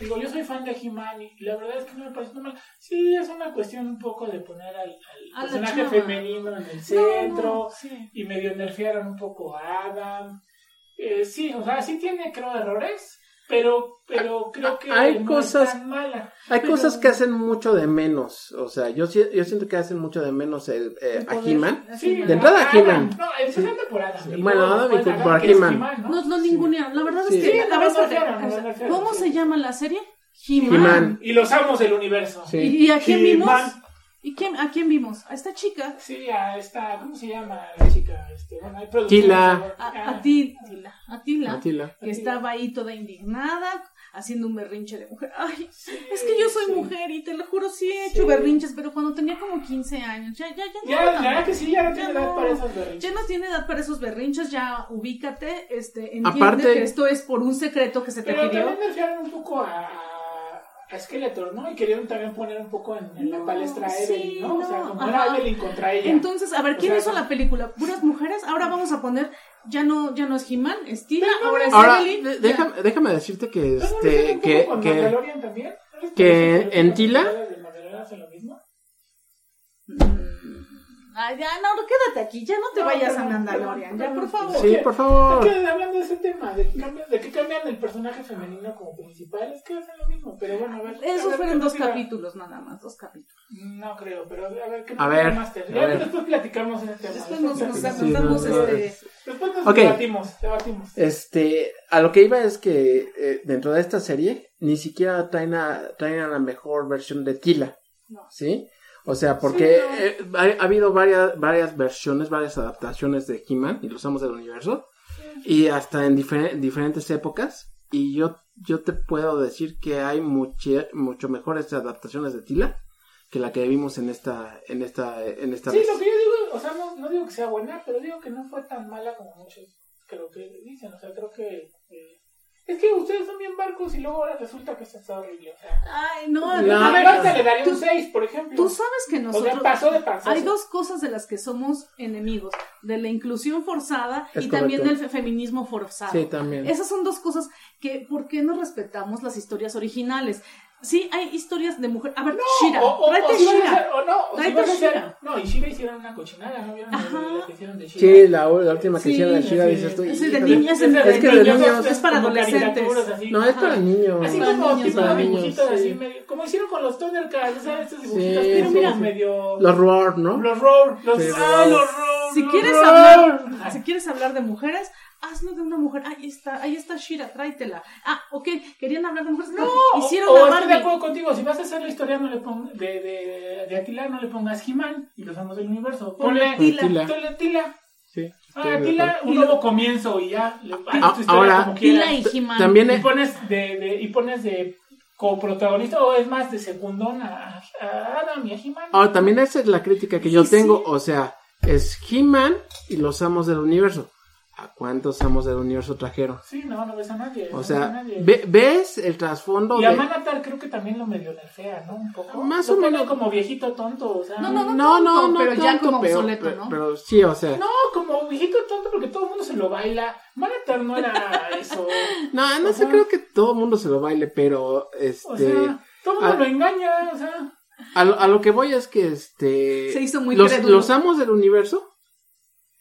Digo, yo soy fan de He-Man y la verdad es que no me pareció tan mala. Sí, es una cuestión un poco de poner al, al
A la
personaje
chava.
femenino en el
No, no,
centro
Eh,
sí.
y medio nerfearon un poco a Adam. Eh, sí, o sea, sí tiene, creo, errores, pero, pero creo que
hay
no
cosas-
es tan mala.
Hay
Pero-
cosas que hacen mucho de menos, o sea, yo, si- yo siento que hacen mucho de menos el, eh, a He-Man.
Sí,
De entrada,
Adam.
He-Man.
No, empezando por Adam.
Sí.
Y
Bueno,
luego,
Adam y
bueno,
por
que es
He-Man.
¿no?
No, no ningunearon. La verdad
Sí.
es que.
Sí,
la verdad
no, no,
es que-
no, no, no, no,
¿Cómo
sí.
se llama la serie?
He-Man.
Y los amos del universo.
Sí.
¿Y, y a quién
He-Man.
vimos? ¿Y quién, a quién vimos? A esta chica.
Sí, a esta, ¿cómo se llama la chica? Este, bueno, hay productores,
Tila.
por favor.
A,
Ah,
a Til- Tila. A Tila.
Atila.
que
Así
estaba ahí toda indignada, haciendo un berrinche de mujer. Ay, es que yo soy
sí.
mujer y te lo juro, sí he
Sí.
hecho berrinches, pero cuando tenía como 15 años, ya, ya, ya.
Ya, la
no,
verdad que sí, ya no tiene
Ya
edad
no.
para esas berrinches.
Ya no tiene edad para esos berrinches, ya ubícate, este, entiende
Aparte-
que esto es por un secreto que se te
Pero
pidió.
también nerfearon un poco a, a Skeletor, ¿no? Y querían también poner un poco en, en la
No,
palestra a
sí,
Evelyn, ¿no? O sea,
no,
como
ajá.
era Evelyn contra ella.
Entonces, a ver,
O
¿quién
sea,
hizo
no.
la película? ¿Puras mujeres? Ahora vamos a poner, ya no, ya no es He-Man, es Tila, ahora es
Ahora,
Evelyn.
de-
ya.
déjame, déjame decirte que
¿No lo
este,
hicieron un
que,
poco con
que-
Mandalorian también? ¿No les
que
parece los
en Tila-
Mandalorian de Mandalorian hacen lo mismo?
Mm, Ay, ya, no, quédate aquí, ya no te
No,
vayas
pero
a
no,
Mandalorian,
pero
ya,
no,
por
pero no.
favor.
sí, por favor.
Es que hablando de ese tema, de que, cambian, de que cambian el personaje femenino como principal, es que hacen lo mismo. Pero bueno, a ver. a
Esos
ver,
fueron
¿qué
dos
opina?
capítulos nada más, dos capítulos.
No creo, pero a ver, ¿qué
A ver,
Master?
a
Ya
ver.
después platicamos en el tema.
Después nos, nos,
platicamos.
nos
Sí,
damos
no, no,
este...
Después nos
Ok.
debatimos, debatimos.
Este, a lo que iba es que eh, dentro de esta serie ni siquiera traen a, traen a la mejor versión de Tila,
No.
¿sí? O sea, porque
no.
eh, ha, ha habido varias, varias versiones, varias adaptaciones de He-Man y los amos del universo, y hasta en difer- diferentes épocas, y yo, yo te puedo decir que hay muche- mucho mejores adaptaciones de Tila que la que vimos en esta, en esta, en esta
Sí,
vez.
lo que yo digo, o sea, no, no digo que sea buena, pero digo que no fue tan mala como muchos creo que dicen. O sea, creo que eh, Es que ustedes son bien barcos y luego ahora resulta que se está horrible. O sea,
Ay, no,
No,
a
a
ver,
Marta le daría
tú-
un 6, por ejemplo.
tú sabes que
o
nosotros...
sea, pasó de panzazo.
Hay dos cosas de las que somos enemigos, de la inclusión forzada
Es
y también del
correcto.
fe- feminismo forzado.
Sí, también.
Esas son dos cosas que, ¿por qué no respetamos las historias originales? Sí, hay historias de mujer. A ver, Shira,
O, o,
tráete
o si vas a
Shira.
hacer- o no, o si
Tráete
vas a hacer,
Shira.
no, y Shira hicieron una cochinada, ¿no vieron
Ajá.
la que hicieron de Shira?
Sí, la, la última que
Sí,
hicieron la Shira
sí.
dices tú.
Es
"Híjole".
de niñas, es,
es que de niños-
es para
pues, como
adolescentes.
caricaturas así.
No, es para
Ajá.
niños.
Así
Para
como
niños,
tipo
para
de
niños,
dibujitos así,
sí.
medio- como hicieron con los Thundercats, ¿sabes? Estos dibujitos
Sí,
pero
sí,
mira,
sí.
medio...
Los roar, ¿no?
Los Roar, los...
Sí,
¡Ah,
Roar.
los Roar!
Si
los
quieres
Roar.
hablar,
Ajá.
si quieres hablar de mujeres, hazlo de una mujer. Ahí está, ahí está Shira, tráetela. Ah, ok, querían hablar de mujeres. No,
O-
hicieron
o
la
estoy de
Barbie.
acuerdo contigo, si vas a hacer la historia no le pon- de, de, de Atila, no le pongas He-Man y los amos del universo. Ponle
Ponle Atila.
Atila.
ponle Atila.
Sí.
Ah, Atila, un
Y lo-
nuevo comienzo y ya. Le, haces
Ah,
tu historia
ahora-
como quieras.
Tila y He-Man.
También
Y
es-
pones de, de- y pones de coprotagonista o es más de secundón a, a Adam y a He-Man.
Ahora, Ah, también esa es la crítica que yo
Sí,
tengo.
sí.
O sea, es He-Man y los amos del universo. ¿A cuántos amos del universo trajeron?
Sí, no, no ves a nadie.
O
no ves a
sea,
nadie.
ve- ¿ves el trasfondo
y
de.?
a Manatar creo que también lo medio nerfea, ¿no? Un poco.
Más
Lo
o
pone
menos.
como viejito tonto, o sea.
No, no, no.
No, no,
tonto,
no,
pero ya
tonto,
como
pero-
obsoleto,
pero-
¿no?
Pero sí, o sea.
No, como viejito tonto porque todo el mundo se lo baila. Manatar no era eso.
No, no sé,
Ajá.
creo que todo el mundo se lo baile, pero este
O sea, todo el mundo
Ah.
lo engaña, o sea.
a, lo, a lo que voy es que este
Se hizo muy
los,
crédulo.
los amos del universo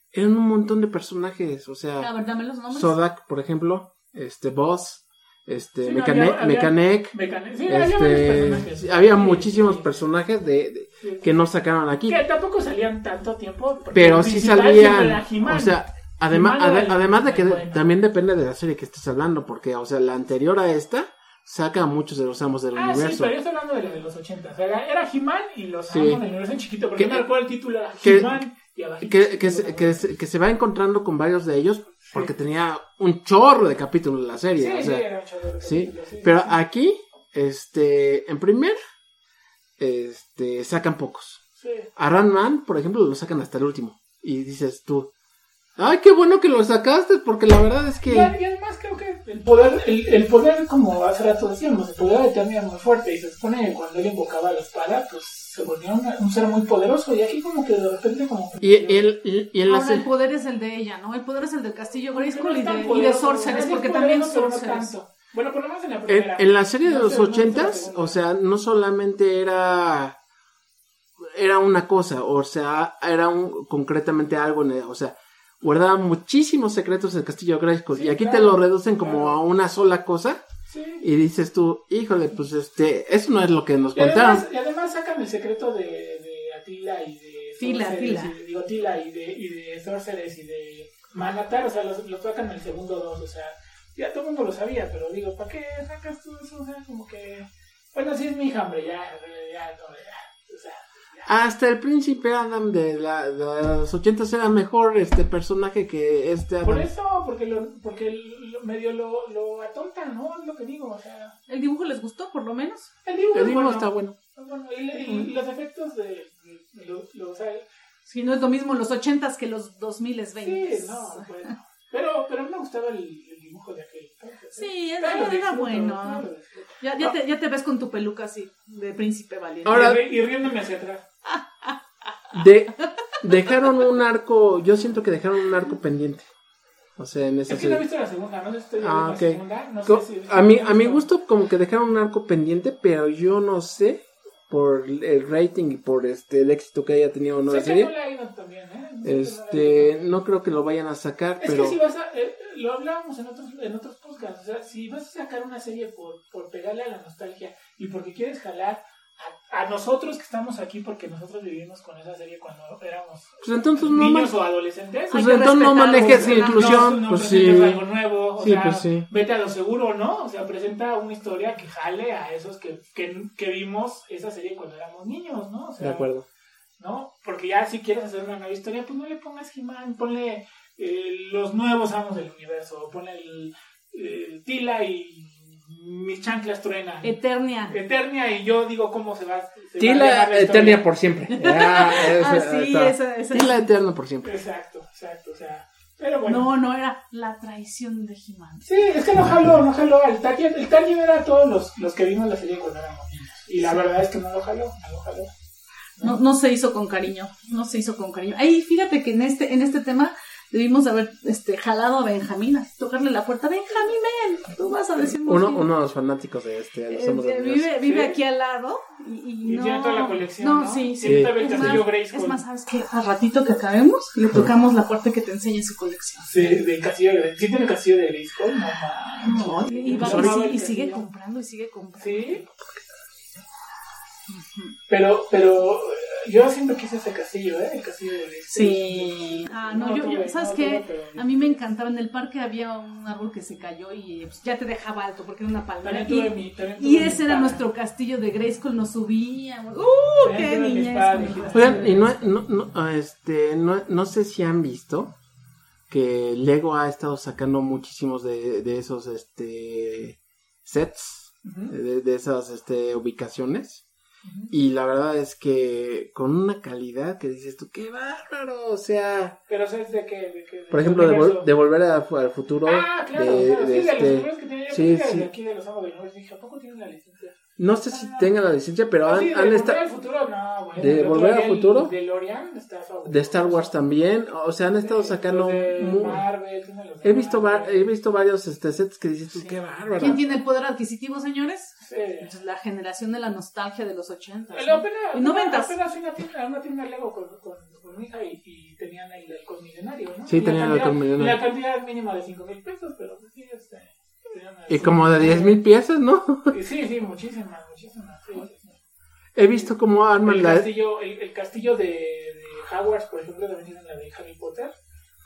eran un montón de personajes, o
A
sea,
ver, dame los nombres.
Sodak, por ejemplo, este Boss, este
Sí, no,
Mecane-
había- había-
Mecanec,
Mecane- Sí, había varios
este
personajes.
sí, había
Sí,
muchísimos
sí,
personajes de, de-
sí, sí.
que no sacaron aquí,
Que tampoco salían tanto tiempo. porque
pero
el
sí
principal siempre
salían,
era He-Man.
o sea, además
He-Man era el-
además de que
el bueno.
también depende de la serie que estés hablando, porque o sea, la anterior a esta saca a muchos de los amos del
Ah, sí,
universo.
pero yo estoy hablando de la de los 80. O sea, era, era He-Man y los
Sí.
amos del universo en chiquito. Porque
Que- eh,
me acuerdo el título era
que-
He-Man y abajito.
que, que, se, que, se, que se va encontrando con varios de ellos porque tenía un chorro de capítulos en la
Sí,
serie. o
sí,
sea,
era un chorro de
sí,
capítulos, sí,
pero
sí.
aquí, este, en primer, este, sacan pocos.
Sí.
A Ranman, por ejemplo, lo sacan hasta el último. Y dices tú, ay, qué bueno que lo sacaste porque la verdad es
Y,
que...
ad- y además creo que el poder, el, el poder, como hace rato decíamos, el poder de Tami era muy fuerte. Y se supone que cuando él invocaba la espada, pues se volvía una- un ser muy poderoso. Y aquí como que de repente como... que-
Y, el, y, y en la
Ahora el
serie...
poder es el de ella, ¿no? El poder es el del castillo
No
Grayskull
es
y
tan
de, y de
poderoso,
Sorceress,
es
porque también
poderoso, pero no
Sorceress.
tanto. Bueno, por lo menos en la
En,
primera.
en la serie de
No
los
sé, no sé la
ochentas,
segunda.
o sea, no solamente era era una cosa, o sea, era un, concretamente algo, en el- o sea, guardaba muchísimos secretos el castillo Grayskull
Sí,
y aquí te
claro,
lo reducen como
claro.
a una sola cosa
Sí.
y dices tú, híjole, pues este, eso no es lo que nos
Y además,
contaron.
y además sacan el secreto de, de Atila y de
Tila,
Sorceress
Tila.
y de- digo, Tila y de, y de Sorceress y de Manatar, o sea, los, los sacan en el segundo dos, o sea, ya todo el mundo lo sabía, pero digo, ¿para qué sacas tú eso? O sea, como que, bueno, sí es mi hija, hombre, ya, ya, no, ya, o sea,
Hasta el príncipe Adam de, la- de los ochentas era mejor este personaje que este
por
Adam.
eso, porque lo, porque lo- medio lo, lo atontan, ¿no? Es lo que digo, o sea,
El dibujo les gustó, por lo menos.
el dibujo,
El
es
mismo
bueno,
está bueno.
bueno, y, le- y los efectos de, de- lo- lo- o sea,
Si no es lo mismo los 80s que los 2020.
Sí, no, bueno. Pero, pero me gustaba el, el dibujo de aquel. entonces, ¿eh?
Sí, era,
Claro,
era
disfruto,
bueno.
claro, disfruto.
Ya, ya, te, ya te ves con tu peluca así, de príncipe valiente.
Ahora-
y, ri- y riéndome hacia atrás.
De, dejaron un arco, yo siento que dejaron un arco pendiente. O sea, en esa
Es que no he
serie.
visto la segunda, no sé si estoy viendo
Ah,
la
ok.
segunda. No
Co-
sé si,
A mi, a mi gusto como que dejaron un arco pendiente, pero yo no sé por el rating y por este el éxito que haya tenido
no
una
sé que no
serie.
la he ido también, ¿eh? No sé que no la he ido.
Este, no creo que lo vayan a sacar,
Es
pero
que si vas a. eh, lo hablábamos en otros, en otros podcasts. O sea, si vas a sacar una serie por, por pegarle a la nostalgia y porque quieres jalar a, a nosotros que estamos aquí porque nosotros vivimos con esa serie cuando éramos
pues entonces no
niños
más.
o adolescentes.
Pues
Hay que
entonces no
respetar,
manejes
pues,
la
la
inclusión,
No,
pues
no
sí.
presentas algo nuevo, o
Sí,
sea,
pues sí.
vete a lo seguro, ¿no? O sea, presenta una historia que jale a esos que, que, que vimos esa serie cuando éramos niños, ¿no? O sea,
De acuerdo.
¿no? Porque ya si quieres hacer una nueva historia, pues no le pongas He-Man, ponle eh, los nuevos amos del universo, o ponle el, el Tila y mis chanclas truenan.
Eternia.
Eternia y yo digo cómo se va. se va a
Tila
llevar la historia.
Eternia por siempre. Ah, esa,
Ah, sí,
está.
esa, esa.
Tila Eterna por siempre.
Exacto, exacto, o sea, Pero bueno.
No, no, era la traición de He-Man.
Sí, es que no jaló, no jaló. El target, el target era todos los, los que vimos la serie cuando éramos niños. Y la verdad es que no lo jaló, no lo jaló.
No, no se hizo con cariño, no se hizo con cariño. Ahí fíjate que en este, en este tema debimos de haber este, jalado a Benjamín, así, tocarle la puerta. Benjamín, ven, tú vas a decirnos.
Uno,
que-
uno de los fanáticos de este, los
Eh,
somos
eh,
amigos.
vive vive
Sí.
aquí al lado y, y
Y
no.
tiene toda la colección.
No,
No,
sí,
Y
sí.
ahorita ve el
Es
castillo
más,
Grayskull.
es más, ¿sabes qué? Al ratito que acabemos, le tocamos la puerta que te enseña su colección.
Sí, del castillo de Sí tiene el castillo de Grayskull, no mames.
No, y, va-
pues Ahora
y
sí,
sigue- y
el
sigue
castillo.
comprando y sigue comprando.
Sí.
Ujú.
Pero, pero eh, yo siempre quise ese castillo, ¿eh? El castillo de Grayskull.
Sí. Ah, no, yo, yo-
tuve,
¿sabes
no
qué?
tuve, pero-
A mí me encantaba. En el parque había un árbol que se cayó y eh, pues, ya te dejaba alto porque era una palmera.
También tuve
Y,
mi. también
y
tuve mi
ese era
pan.
nuestro castillo de Grayskull. Nos subíamos. ¡Uh!
También
¡Qué
tuve mi
niñez!
espada, dijiste.
Oigan, y no, no, no, ah, este, no, no sé si han visto que Lego ha estado sacando muchísimos de, de esos este, sets,
Ujú.
de, de esas este, ubicaciones.
Ujú.
Y la verdad es que con una calidad que dices tú, qué bárbaro, o sea,
Pero ¿sabes de qué? ¿De qué?
por ejemplo, de,
universo?
vol- de volver a- al futuro,
Ah, claro,
de-
claro, sí, de
de
los
este-
libros que tenía yo
sí,
pensé que
sí.
de aquí de los Amos del Universo, dije, ¿a poco tienen la licencia?
no sé si tenga la licencia, pero
Ah,
han,
sí, de
han
Volver
esta-
al Futuro, no, bueno,
de
el otro
Volver
día
al
el
Futuro.
DeLorean está fabuloso.
de Star Wars también, o sea, han estado
Sí,
sacando...
los de
mu-
Marvel, tiene los de
He visto, va-
Marvel.
he visto varios este, sets que dices, tú, qué bárbaro.
¿Quién tiene el poder adquisitivo, señores?
Sí.
Entonces, la generación de la nostalgia de los 80.
La opera-
Y noventas.
apenas fui a una tienda, a una tienda Lego con, con, con mi hija y, y tenían el halcón millonario, ¿no?
Sí,
Y la
tenían el
cantidad-
halcón millonario.
y La cantidad mínima de 5 mil pesos, pero pues, sí, este... tenían
Y
así-
como de 10.000 mil piezas, ¿no?
Sí, sí, muchísimas, muchísimas. sí, sí, sí.
He visto cómo arman
El
la...
castillo, el, el castillo de, de Hogwarts, por ejemplo, también tiene la de Harry Potter.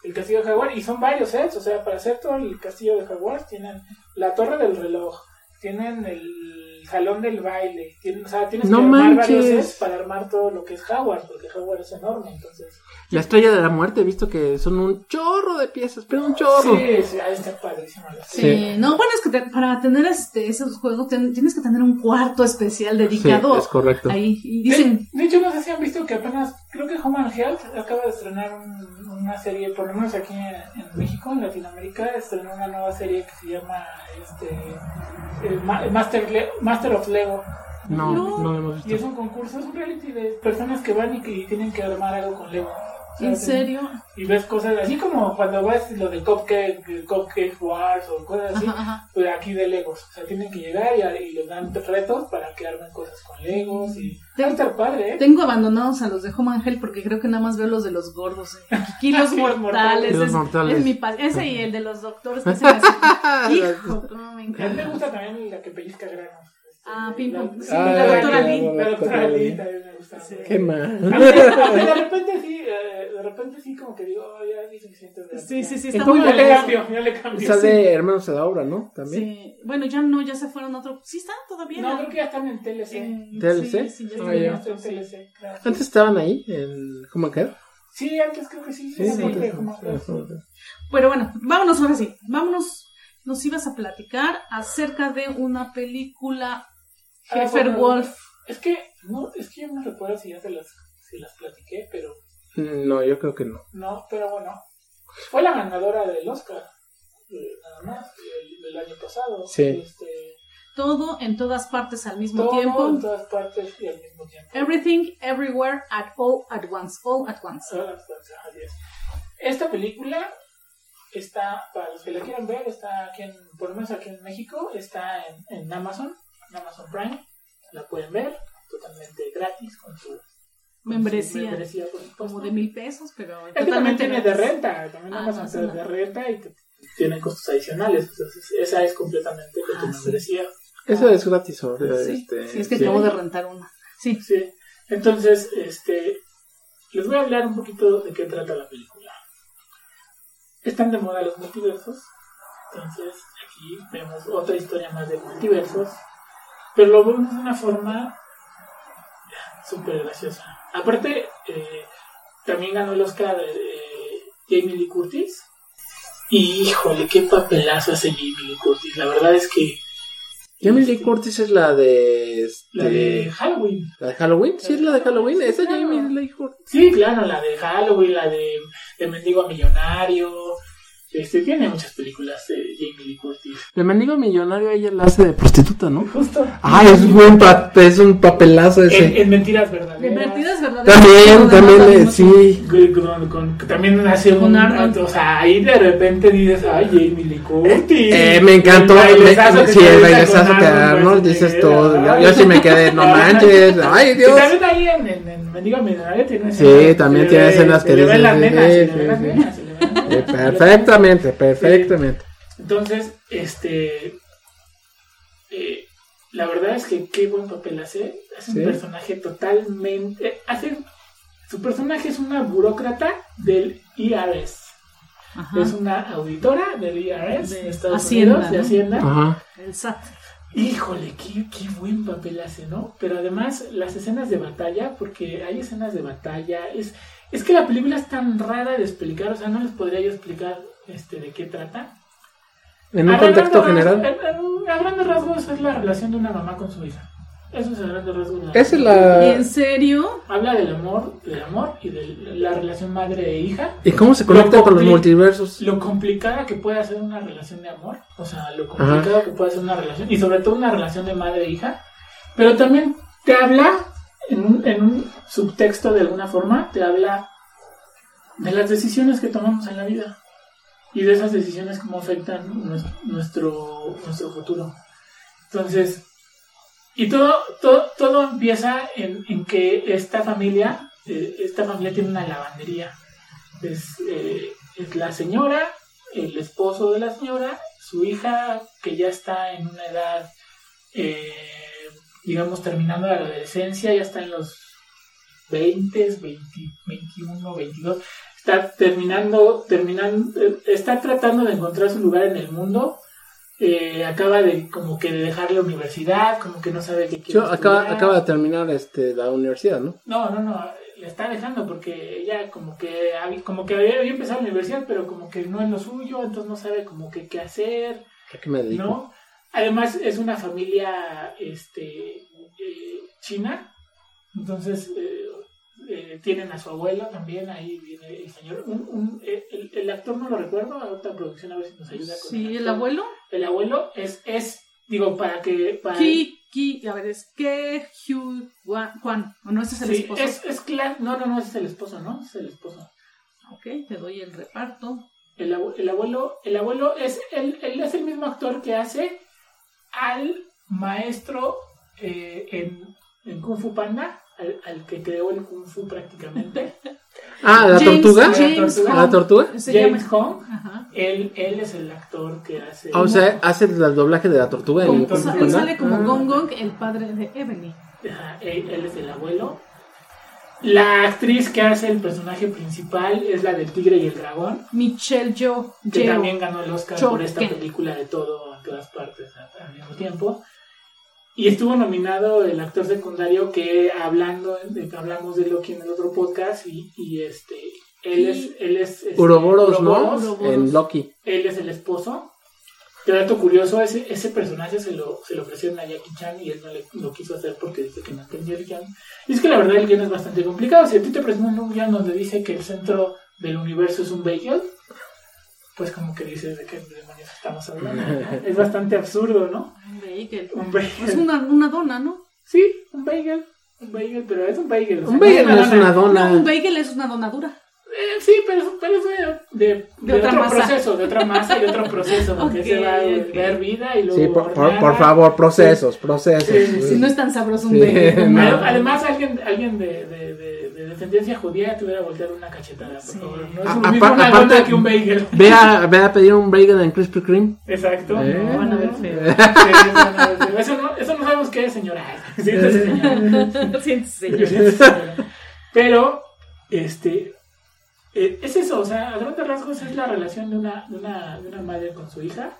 El castillo de Hogwarts, y son varios sets, o sea, para hacer todo el castillo de Hogwarts tienen la torre del reloj, tienen el salón del baile, tienen, o sea, tienes
No
que armar
manches.
varios sets para armar todo lo que es Hogwarts, porque Hogwarts es enorme, entonces...
La estrella de la muerte, he visto que son un chorro de piezas, pero un chorro.
Sí, sí, ahí está padrísimo. la
Sí.
Oh. Sí.
no, bueno, es que te- para tener este, esos juegos ten- tienes que tener un cuarto especial dedicado.
es correcto.
ahí, y dicen,
De, de hecho, no sé si han visto que apenas, creo que Home and Health acaba de estrenar un- una serie, por lo menos aquí en, en México, en Latinoamérica, estrenó una nueva serie que se llama este, el Ma- Master, Le- Master of Lego.
No,
No.
no, lo hemos
Y es
visto.
un concurso, es un reality de personas que van y que tienen que armar algo con Lego. O sea,
¿en
sí.
serio?
Y ves cosas así como cuando vas lo de Cupcake, de Cupcake Wars o cosas así,
Ajá, ajá.
pues aquí de Legos. O sea, tienen que llegar y, y les dan retos para que armen cosas con Legos y...
Te-
Va a estar padre, ¿eh?
Tengo abandonados a los de Home Angel porque creo que nada más veo los de los gordos. eh. Aquí los
Sí,
mortales.
mortales.
Los
es,
mortales.
es mi pa- Ese y el de los doctores que hacen así. Hijo, cómo me
A mí me
encanta.
gusta también la que pellizca granos. Este,
Ah, ping
la-
pong. Sí,
Ah,
la doctora
claro.
Lee.
La doctora
Lee.
Lee también me gusta.
Sí.
Qué mal.
Aunque- aunque de repente sí, eh, de repente sí como que digo, oh, ya es suficiente. de-
Sí, sí, sí.
¿En
Está
cómo
muy
Ya le
Porque-
bueno.
cambio, ya le cambio.
Sale Hermanos a la obra, ¿no? También.
Sí. Bueno, ya no, ya se fueron a otro. Sí, están todavía.
No, creo que ya están en TLC.
En-
¿TLC?
Sí, sí, ya
Ah,
están
Sí,
en
ya.
no,
otro,
en
sí.
TLC, claro.
Antes estaban ahí, en... ¿cómo que?
Sí, antes creo que sí. era parte de Home and Health.
Pero bueno, vámonos ahora sí. Vámonos. Nos ibas a platicar acerca de una película
Ah,
Heifer
bueno,
Wolf.
Es que, no, es que yo no recuerdo si ya se las, si las platiqué, pero
Mm, No, yo creo que no.
no, pero bueno. Fue la ganadora del Oscar, eh, nada más, del, del año pasado.
Sí.
Este,
Todo en todas partes al mismo
todo en
tiempo.
todas partes y al mismo tiempo.
Everything, everywhere, at all, at once. All at once.
Todas las cosas, así es. Esta película está, para los que la quieran ver, está aquí en, por lo menos aquí en México, está en, en Amazon, en Amazon Prime, la pueden ver totalmente gratis con su, con su
Membresía.
membresía, por supuesto.
Como de mil pesos, pero
Es que también tiene de
gratis.
renta, también
Ah,
Amazon
no,
te
eso no.
da de renta y te- tiene costos adicionales, entonces esa es completamente de tu
Ah, sí.
membresía.
Eso es gratis ahora.
Sí,
este,
sí, es que
sí.
acabo de rentar una. Sí.
Sí. Entonces, este, les voy a hablar un poquito de qué trata la película. Están de moda los multiversos, entonces aquí vemos otra historia más de multiversos, pero lo vemos de una forma súper graciosa. Aparte, eh, también ganó el Oscar eh, Jamie Lee Curtis. Y híjole, qué papelazo hace Jamie Lee Curtis. La verdad es que
Jamie Lee Curtis es la de. Este,
Este. La de Halloween.
¿la de Halloween. Sí, es la de Halloween.
Sí,
Esa
claro.
Jamie Lee Curtis.
Sí, claro, la de Halloween, la de, de Mendigo a Millonario. Este, tiene muchas películas de Jamie Lee Curtis.
El mendigo millonario ella la hace de prostituta, ¿no?
Justo.
Ah, es un, buen pa- es un papelazo ese.
En, en Mentiras Verdaderas.
Divertidas, ¿verdad?
También, también, eh, sí.
Con- con- con- también hace
Con
un
Arnold.
o sea, ahí de repente dices, ay, Jamie Lee Curtis.
Eh, me encantó.
El bailezazo
me-
que
sí,
te
el
aventa
bailezazo
con
que
Arnold
Arnold, dices
Schwarzenegger,
todo. Yo,
ay.
yo sí me quedé, no manches. Ay,
Y
Dios.
también ahí en, en, en Mendigo Millonario tiene
Sí, también tiene escenas que
se le ven
dices,
las nenas,
sí,
se le ven las nenas, se
sí,
le ven las
Eh,
nenas.
Perfectamente, perfectamente.
Entonces, este. eh, la verdad es que qué buen papel hace. Es un
Sí.
personaje totalmente. Hace, su personaje es una burócrata del IRS.
Ajá,
Es una auditora del IRS de
De
Estados
Hacienda,
Unidos, de
¿no? Ah.
Hacienda.
Ajá.
el SAT.
Híjole, qué, qué buen papel hace, ¿no? Pero además las escenas de batalla, porque hay escenas de batalla, es, es que la película es tan rara de explicar, o sea, no les podría yo explicar este, de qué trata.
En un
A grandes
contexto
rasgos-
general.
en- en- A grandes rasgos es la relación de una mamá con su hija. Eso es a grandes rasgos. la-
Esa es
¿Y
la.
en serio?
Habla del amor, del amor y de la relación madre e hija.
¿Y cómo se conecta con los multiversos?
pues, Lo complicada que puede ser una relación de amor, o sea, lo complicado que puede ser una relación, y sobre todo una relación de madre e hija, pero también te habla, en un, en un subtexto de alguna forma, te habla de las decisiones que tomamos en la vida y de esas decisiones cómo afectan nues- nuestro, nuestro futuro. Entonces, y todo, todo, todo empieza en, en que esta familia, eh, esta familia tiene una lavandería. Es, eh, es la señora, el esposo de la señora, su hija que ya está en una edad, eh, digamos, terminando la adolescencia, ya está en los 20, 20, 21, 22, está terminando, terminando, eh, está tratando de encontrar su lugar en el mundo. eh, acaba de como que de dejar la universidad, como que no sabe qué quiere.
Yo acaba,
estudiar.
acaba de terminar este, la universidad, ¿no?
No, no, no, la está dejando porque ella como que hab- como que había, había empezado la universidad, pero como que no es lo suyo, entonces no sabe como que qué hacer,
¿A qué me dedico?
¿no? Además es una familia este eh, china, entonces eh, eh, tienen a su abuelo también, ahí viene el señor, un- un- eh, el, el actor no lo recuerdo, ahorita producción a ver si nos ayuda con
Sí, el
actor.
abuelo.
El abuelo es, es, digo, para que... Para
Ki, Ki, a ver, es que, Hugh, Gua- Juan. ¿O no ese es el
Sí,
esposo?
es, es cla- no, no, no, ese es el esposo, ¿no? Ese Es el esposo.
Ok, te doy el reparto.
El, abu- el abuelo, el abuelo es el, él es el mismo actor que hace al maestro eh, en, en Kung Fu Panda, al, al que creó el Kung Fu prácticamente.
Ah, la
James-
tortuga.
James
La
¿La
Hong.
tortuga?
Se
James
llama.
Hong,
Ajá.
él, él es el actor que hace.
Ah, o sea, hace el doblaje de la tortuga en
Como-
el
Entonces,
sa-
Kung Fu
él
Panda.
sale como
Ah.
Gong Gong, el padre de Ebony.
Ajá, él, él es el abuelo. La actriz que hace el personaje principal es la del Tigre y el Dragón,
Michelle Yo,
que
Yeoh.
también ganó el Oscar por esta
Choque.
película de todo a todas partes a- al mismo tiempo. Y estuvo nominado el actor secundario que hablando de que hablamos de Loki en el otro podcast y, y, este él es él es este,
Uroboros, ¿no?
Uroboros,
Uroboros.
En Loki.
él es el esposo. Que dato curioso, ese, ese personaje se lo, se lo ofrecieron a Jackie Chan y él no le- lo quiso hacer porque dice que no entendía el guión. Y es que la verdad el guión es bastante complicado. Si a ti te presentan un guión donde dice que el centro del universo es un bagel, pues como que dices de qué demonios estamos hablando. ¿no? es bastante absurdo, ¿no?
Un bagel.
Un
Es
bagel.
una, una dona, ¿no?
Sí, un bagel. Un bagel, pero es un bagel. o sea,
Un bagel no es una
No, un
dona.
bagel es una donadura.
Eh, sí, pero, es- pero es de, de, de
otra
otro
masa.
proceso, de otra masa y de otro proceso, porque
Ok,
se va a
ok.
ver vida y luego.
Sí, por, por-
horneada.
por favor, procesos, procesos. Mm.
Sí,
Si no es tan sabroso un
Sí,
bagel. como-
no.
Ad- Además, alguien, alguien de, de, de, de descendencia judía te hubiera volteado una cachetada, por
Sí.
favor. No
A-
es lo mismo
apar-
una
aparte-
dona que un bagel.
Ve a, ve a pedir un bagel en Krispy Kreme.
Exacto.
Eh.
No,
Van a ver
no.
feo.
Sí, sí, van a ver feo. Eso no, eso no sabemos qué es, señora. Sí, sí, señora.
Sí, sí.
Pero, este, eh, es eso, o sea, a grandes rasgos es la relación de una, de una, de una madre con su hija.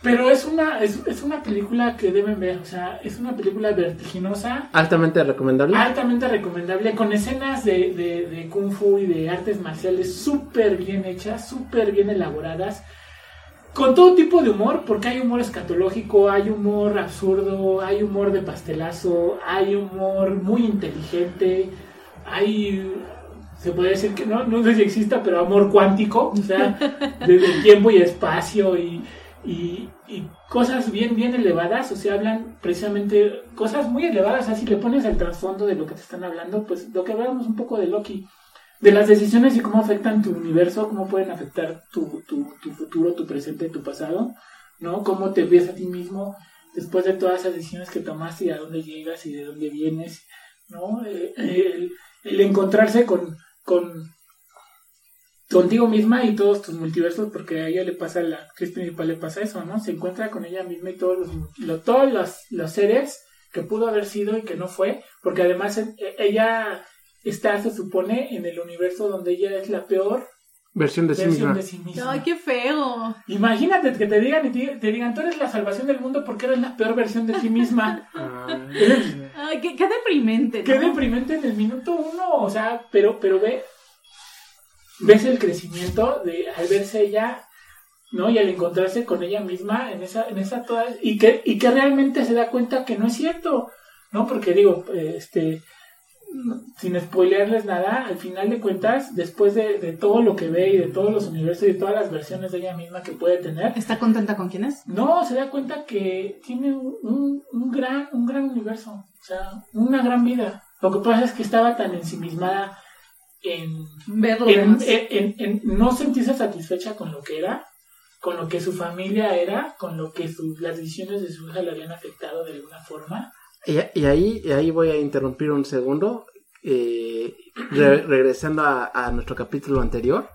Pero es una, es, es una película que deben ver, o sea, es una película vertiginosa,
Altamente recomendable.
altamente recomendable, con escenas de, de, de kung fu y de artes marciales súper bien hechas, súper bien elaboradas. con todo tipo de humor, porque hay humor escatológico, hay humor absurdo, hay humor de pastelazo, hay humor muy inteligente, hay se puede decir que no, no sé si exista, pero amor cuántico, o sea, desde el tiempo y espacio y, y, y cosas bien, bien elevadas, o sea, hablan precisamente cosas muy elevadas, o sea, si le pones al trasfondo de lo que te están hablando, pues lo que hablábamos un poco de Loki, de las decisiones y cómo afectan tu universo, cómo pueden afectar tu, tu, tu futuro, tu presente, tu pasado, ¿no? Cómo te ves a ti mismo después de todas esas decisiones que tomaste y a dónde llegas y de dónde vienes, ¿no? Eh, el, el encontrarse con, con contigo misma y todos tus multiversos, porque a ella le pasa, la actriz principal le pasa eso, ¿no? Se encuentra con ella misma y todos los, lo- todos los, los seres que pudo haber sido y que no fue, porque además eh, ella está, se supone, en el universo donde ella es la peor
Versión de sí
versión
misma.
de sí misma.
Ay, qué feo.
Imagínate que te digan y te, te digan, tú eres la salvación del mundo porque eres la peor versión de ti misma.
Ah. Ay.
Ay, qué, qué deprimente. ¿no?
Qué deprimente en el minuto uno, o sea, pero, pero ve, ves el crecimiento de al verse ella, ¿no? Y al encontrarse con ella misma en esa, en esa toda, y que, y que realmente se da cuenta que no es cierto, ¿no? Porque digo, eh, este, no- sin spoilearles nada, al final de cuentas, después de, de todo lo que ve y de todos los universos y de todas las versiones de ella misma que puede tener,
¿Está contenta con quién es?
no, se da cuenta que tiene un, un- un gran, un gran universo, o sea, una gran vida. Lo que pasa es que estaba tan ensimismada en,
Verlo.
en,
además.
en- en- en no sentirse satisfecha con lo que era, con lo que su familia era, con lo que su- las decisiones de su hija le habían afectado de alguna forma.
Y, y ahí, y ahí voy a interrumpir un segundo, eh, re- regresando a, a nuestro capítulo anterior,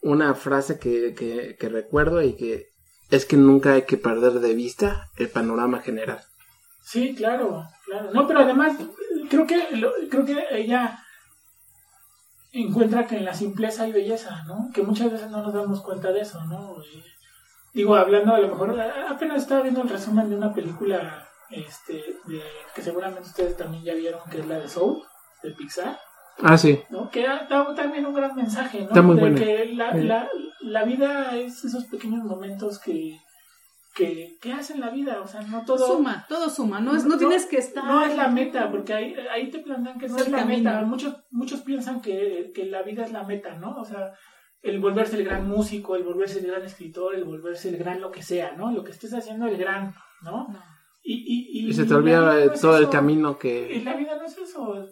una frase que, que- que recuerdo y que es que nunca hay que perder de vista el panorama general.
Sí, claro, claro. No, pero además creo que lo- creo que ella encuentra que en la simpleza hay belleza, ¿no? Que muchas veces no nos damos cuenta de eso, ¿no? Y- digo, hablando a lo mejor a- apenas estaba viendo el resumen de una película este de- que seguramente ustedes también ya vieron que es la de Soul de Pixar,
Ah, sí.
¿no? Que da, da también un gran mensaje, ¿no?
Está muy
de
buena.
que la,
Sí.
la, la vida es esos pequeños momentos que que, que hacen la vida, o sea, no todo
Suma, todo suma. No, es, no,
No,
tienes que estar.
no es la meta, porque ahí, ahí te plantean que no
Es
es
el
la
camino.
meta. Muchos, muchos piensan que, que la vida es la meta, ¿no? O sea, el volverse el gran músico, el volverse el gran escritor, el volverse el gran lo que sea, ¿no? Lo que estés haciendo, el gran, ¿no?
No.
Y, y, y,
Y se te
la vida
olvida
no
de
es
todo el
eso.
camino que...
Y la vida no es eso.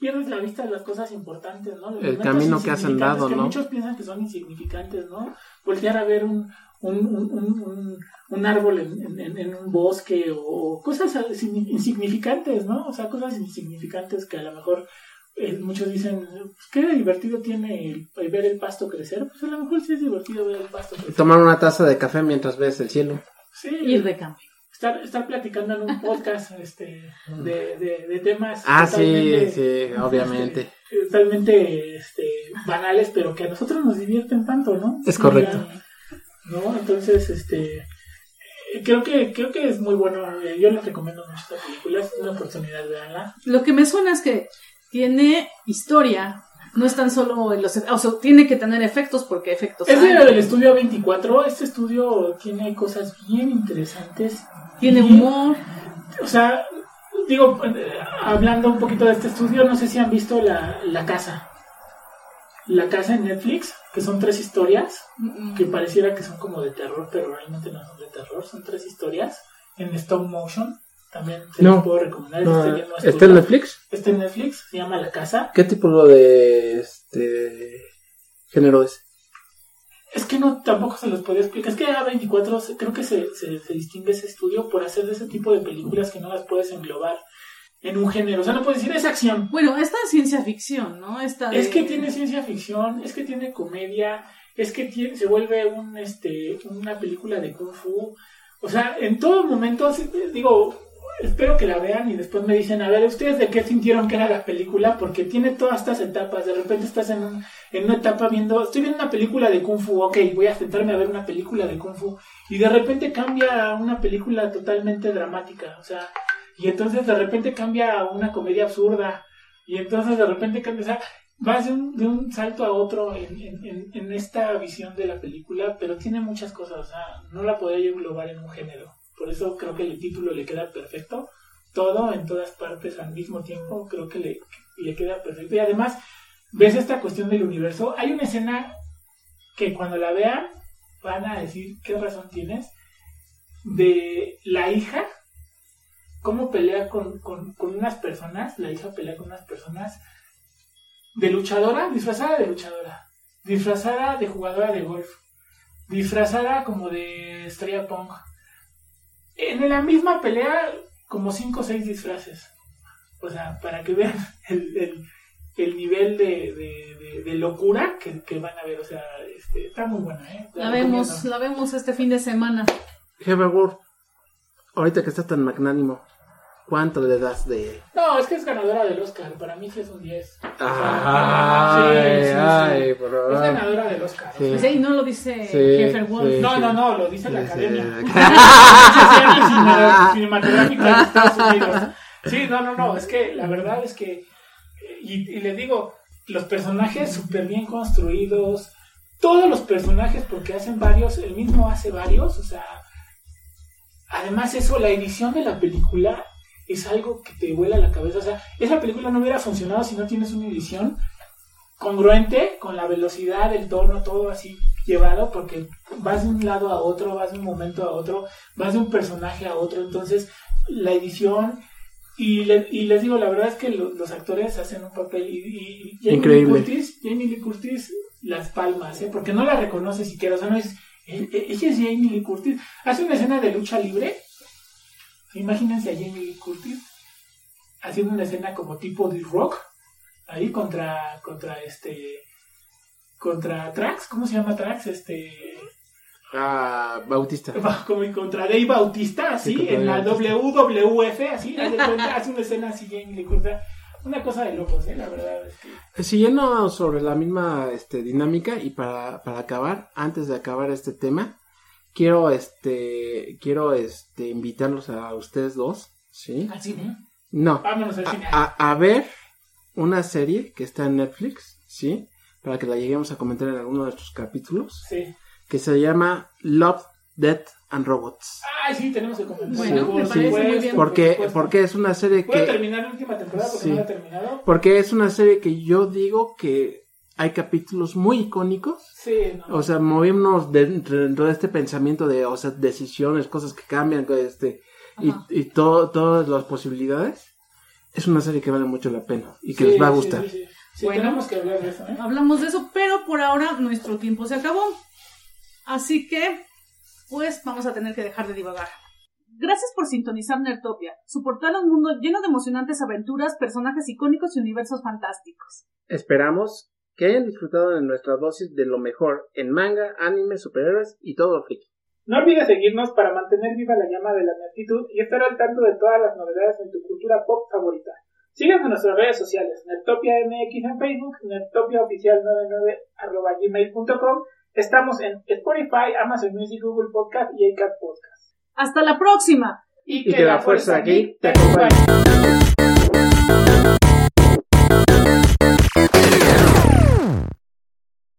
Pierdes la vista de las cosas importantes, ¿no? Los
El
momentos
camino que has
insignificantes
andado,
que
¿no?
Muchos piensan que son insignificantes, ¿no? Voltear a ver un, un, un, un- un- un árbol en, en- en un bosque o, o cosas sin- insignificantes, ¿no? O sea, cosas insignificantes que a lo mejor eh, muchos dicen, "Pues, ¿qué divertido tiene el- el ver el pasto crecer? Pues a lo mejor sí es divertido ver el pasto crecer.
Tomar una taza de café mientras ves el cielo.
Sí,
Ir de cambio.
estar, estar platicando en un podcast este, de, de, de temas.
Ah, sí,
totalmente-
sí, obviamente.
totalmente este, banales, pero que a nosotros nos divierten tanto, ¿no?
Es correcto.
¿No? Entonces, este, eh, creo que creo que es muy bueno. eh, Yo les recomiendo mucho esta película, es una oportunidad, veanla.
Lo que me suena es que tiene historia. No es tan solo en los. e- O sea, tiene que tener efectos porque efectos.
Es
hay.
de- del estudio 24. Este estudio tiene cosas bien interesantes.
Tiene
bien-
humor.
O sea, digo, eh, hablando un poquito de este estudio, no sé si han visto La, la Casa. La Casa en Netflix, que son tres historias.
Mm,
que pareciera que son como de terror, pero realmente no son de terror, son tres historias en stop motion. También te
No.
los puedo recomendar.
No,
este ya no es
¿Está en
tuyo.
Netflix?
Está en Netflix, se llama La Casa.
¿Qué tipo de este, género es?
Es que no tampoco se los podía explicar. Es que A24 se- creo que se, se, se distingue ese estudio por hacer de ese tipo de películas que no las puedes englobar en un género. O sea, no puedes decir es acción,
Bueno, esta es ciencia ficción, ¿no? Esta de-
Es que tiene ciencia ficción, es que tiene comedia, es que tiene, se vuelve un, este, una película de kung fu. O sea, en todo momento, sí, eh, digo, espero que la vean y después me dicen, a ver, ¿ustedes de qué sintieron que era la película? Porque tiene todas estas etapas. De repente estás en, un- en una etapa viendo, estoy viendo una película de kung fu, ok, voy a sentarme a ver una película de kung fu. Y de repente cambia a una película totalmente dramática. O sea, y entonces de repente cambia a una comedia absurda. Y entonces de repente cambia, o sea, vas de un, de un salto a otro en, en- en- en esta visión de la película, pero tiene muchas cosas, o sea, no la podría yo englobar en un género. Por eso creo que el título le queda perfecto, todo en todas partes al mismo tiempo, creo que le, le queda perfecto. Y además, ves esta cuestión del universo, hay una escena que cuando la vean van a decir qué razón tienes de la hija, cómo pelea con, con- con unas personas, la hija pelea con unas personas de luchadora, disfrazada de luchadora, disfrazada de jugadora de golf, disfrazada como de estrella punk. En la misma pelea, como 5 o 6 disfraces. O sea, para que vean el, el- el nivel de, de- de- de locura que, que van a ver. O sea, este, está muy buena, ¿eh?
La
recomiendo.
vemos, la vemos este fin de semana.
Jefe Wolf, ahorita que estás tan magnánimo, ¿cuánto le das de
No, es que es ganadora del Oscar. Para mí sí es un 10. O sea,
Ay,
sí, sí, sí.
ay, por
Es
favor.
ganadora del Oscar. o
Sí.
sea.
Pues, ey, no lo dice
Sí,
Jeffer Wolf.
sí.
No, no, no, lo dice la
Sí, sí.
academia. Asociación Cine- Cinematográfica de Estados Unidos. Sí, no, no, no, es que la verdad es que, y, y le digo, los personajes súper bien construidos, todos los personajes, porque hacen varios, el mismo hace varios, o sea, además eso, la edición de la película es algo que te vuela la cabeza, o sea, esa película no hubiera funcionado si no tienes una edición congruente con la velocidad, el tono, todo así llevado, porque vas de un lado a otro, vas de un momento a otro, vas de un personaje a otro, entonces la edición y, le- y les digo, la verdad es que lo- los actores hacen un papel y, y- y Jamie Lee
Increíble.
Curtis, Jamie Lee Curtis las palmas, ¿eh? porque no la reconoce siquiera, o sea, no es, e- e- ella es Jamie Lee Curtis, hace una escena de lucha libre, imagínense a Jamie Lee Curtis haciendo una escena como tipo de rock, ahí contra, contra este, contra Trax, ¿cómo se llama Trax? Este,
Ah, Bautista.
como contra Dave Bautista, así,
Sí, contra
en la
Dave Bautista.
WWF, así, haz de cuenta, hace una escena así, Jamie Lee Curtis, una cosa de locos, ¿eh? la verdad, es que-
Siguiendo sobre la misma este, dinámica y para, para acabar, antes de acabar este tema, quiero este quiero este invitarlos a ustedes dos, ¿sí?
así, ¿no?
No,
Vámonos al final.
a, a- a ver una serie que está en Netflix, ¿sí? Para que la lleguemos a comentar en alguno de nuestros capítulos,
Sí.
que se llama Love, Death and Robots.
Ah, sí, tenemos que comentar.
Bueno,
Por
me parece muy
supuesto,
bien.
por
Porque,
supuesto.
porque es una serie
Voy a
que...
terminar la última temporada porque
Sí.
no la he terminado.
Porque es una serie que yo digo que hay capítulos muy icónicos
Sí, no.
O sea, movímonos de- dentro de este pensamiento de, o sea, decisiones, cosas que cambian, este, y,
Ajá.
y todo, todas las posibilidades. Es una serie que vale mucho la pena y que
Sí,
les va a
sí,
gustar.
Sí, sí. Sí,
Bueno.
tenemos que hablar de eso, ¿eh?
Hablamos de eso, pero por ahora nuestro tiempo se acabó. Así que, pues vamos a tener que dejar de divagar. Gracias por sintonizar Nertopia, su portal a un mundo lleno de emocionantes aventuras, personajes icónicos y universos fantásticos.
Esperamos que hayan disfrutado de nuestra dosis de lo mejor en manga, anime, superhéroes y todo friki.
No olvides seguirnos para mantener viva la llama de la gratitud y estar al tanto de todas las novedades en tu cultura pop favorita. Síguenos en nuestras redes sociales, Nertopia MX en Facebook, nertopiaoficial99.gmail.com. Estamos en Spotify, Amazon Music, Google Podcast y iCat Podcast.
¡Hasta la próxima!
Y que la fuerza geek te acompañe.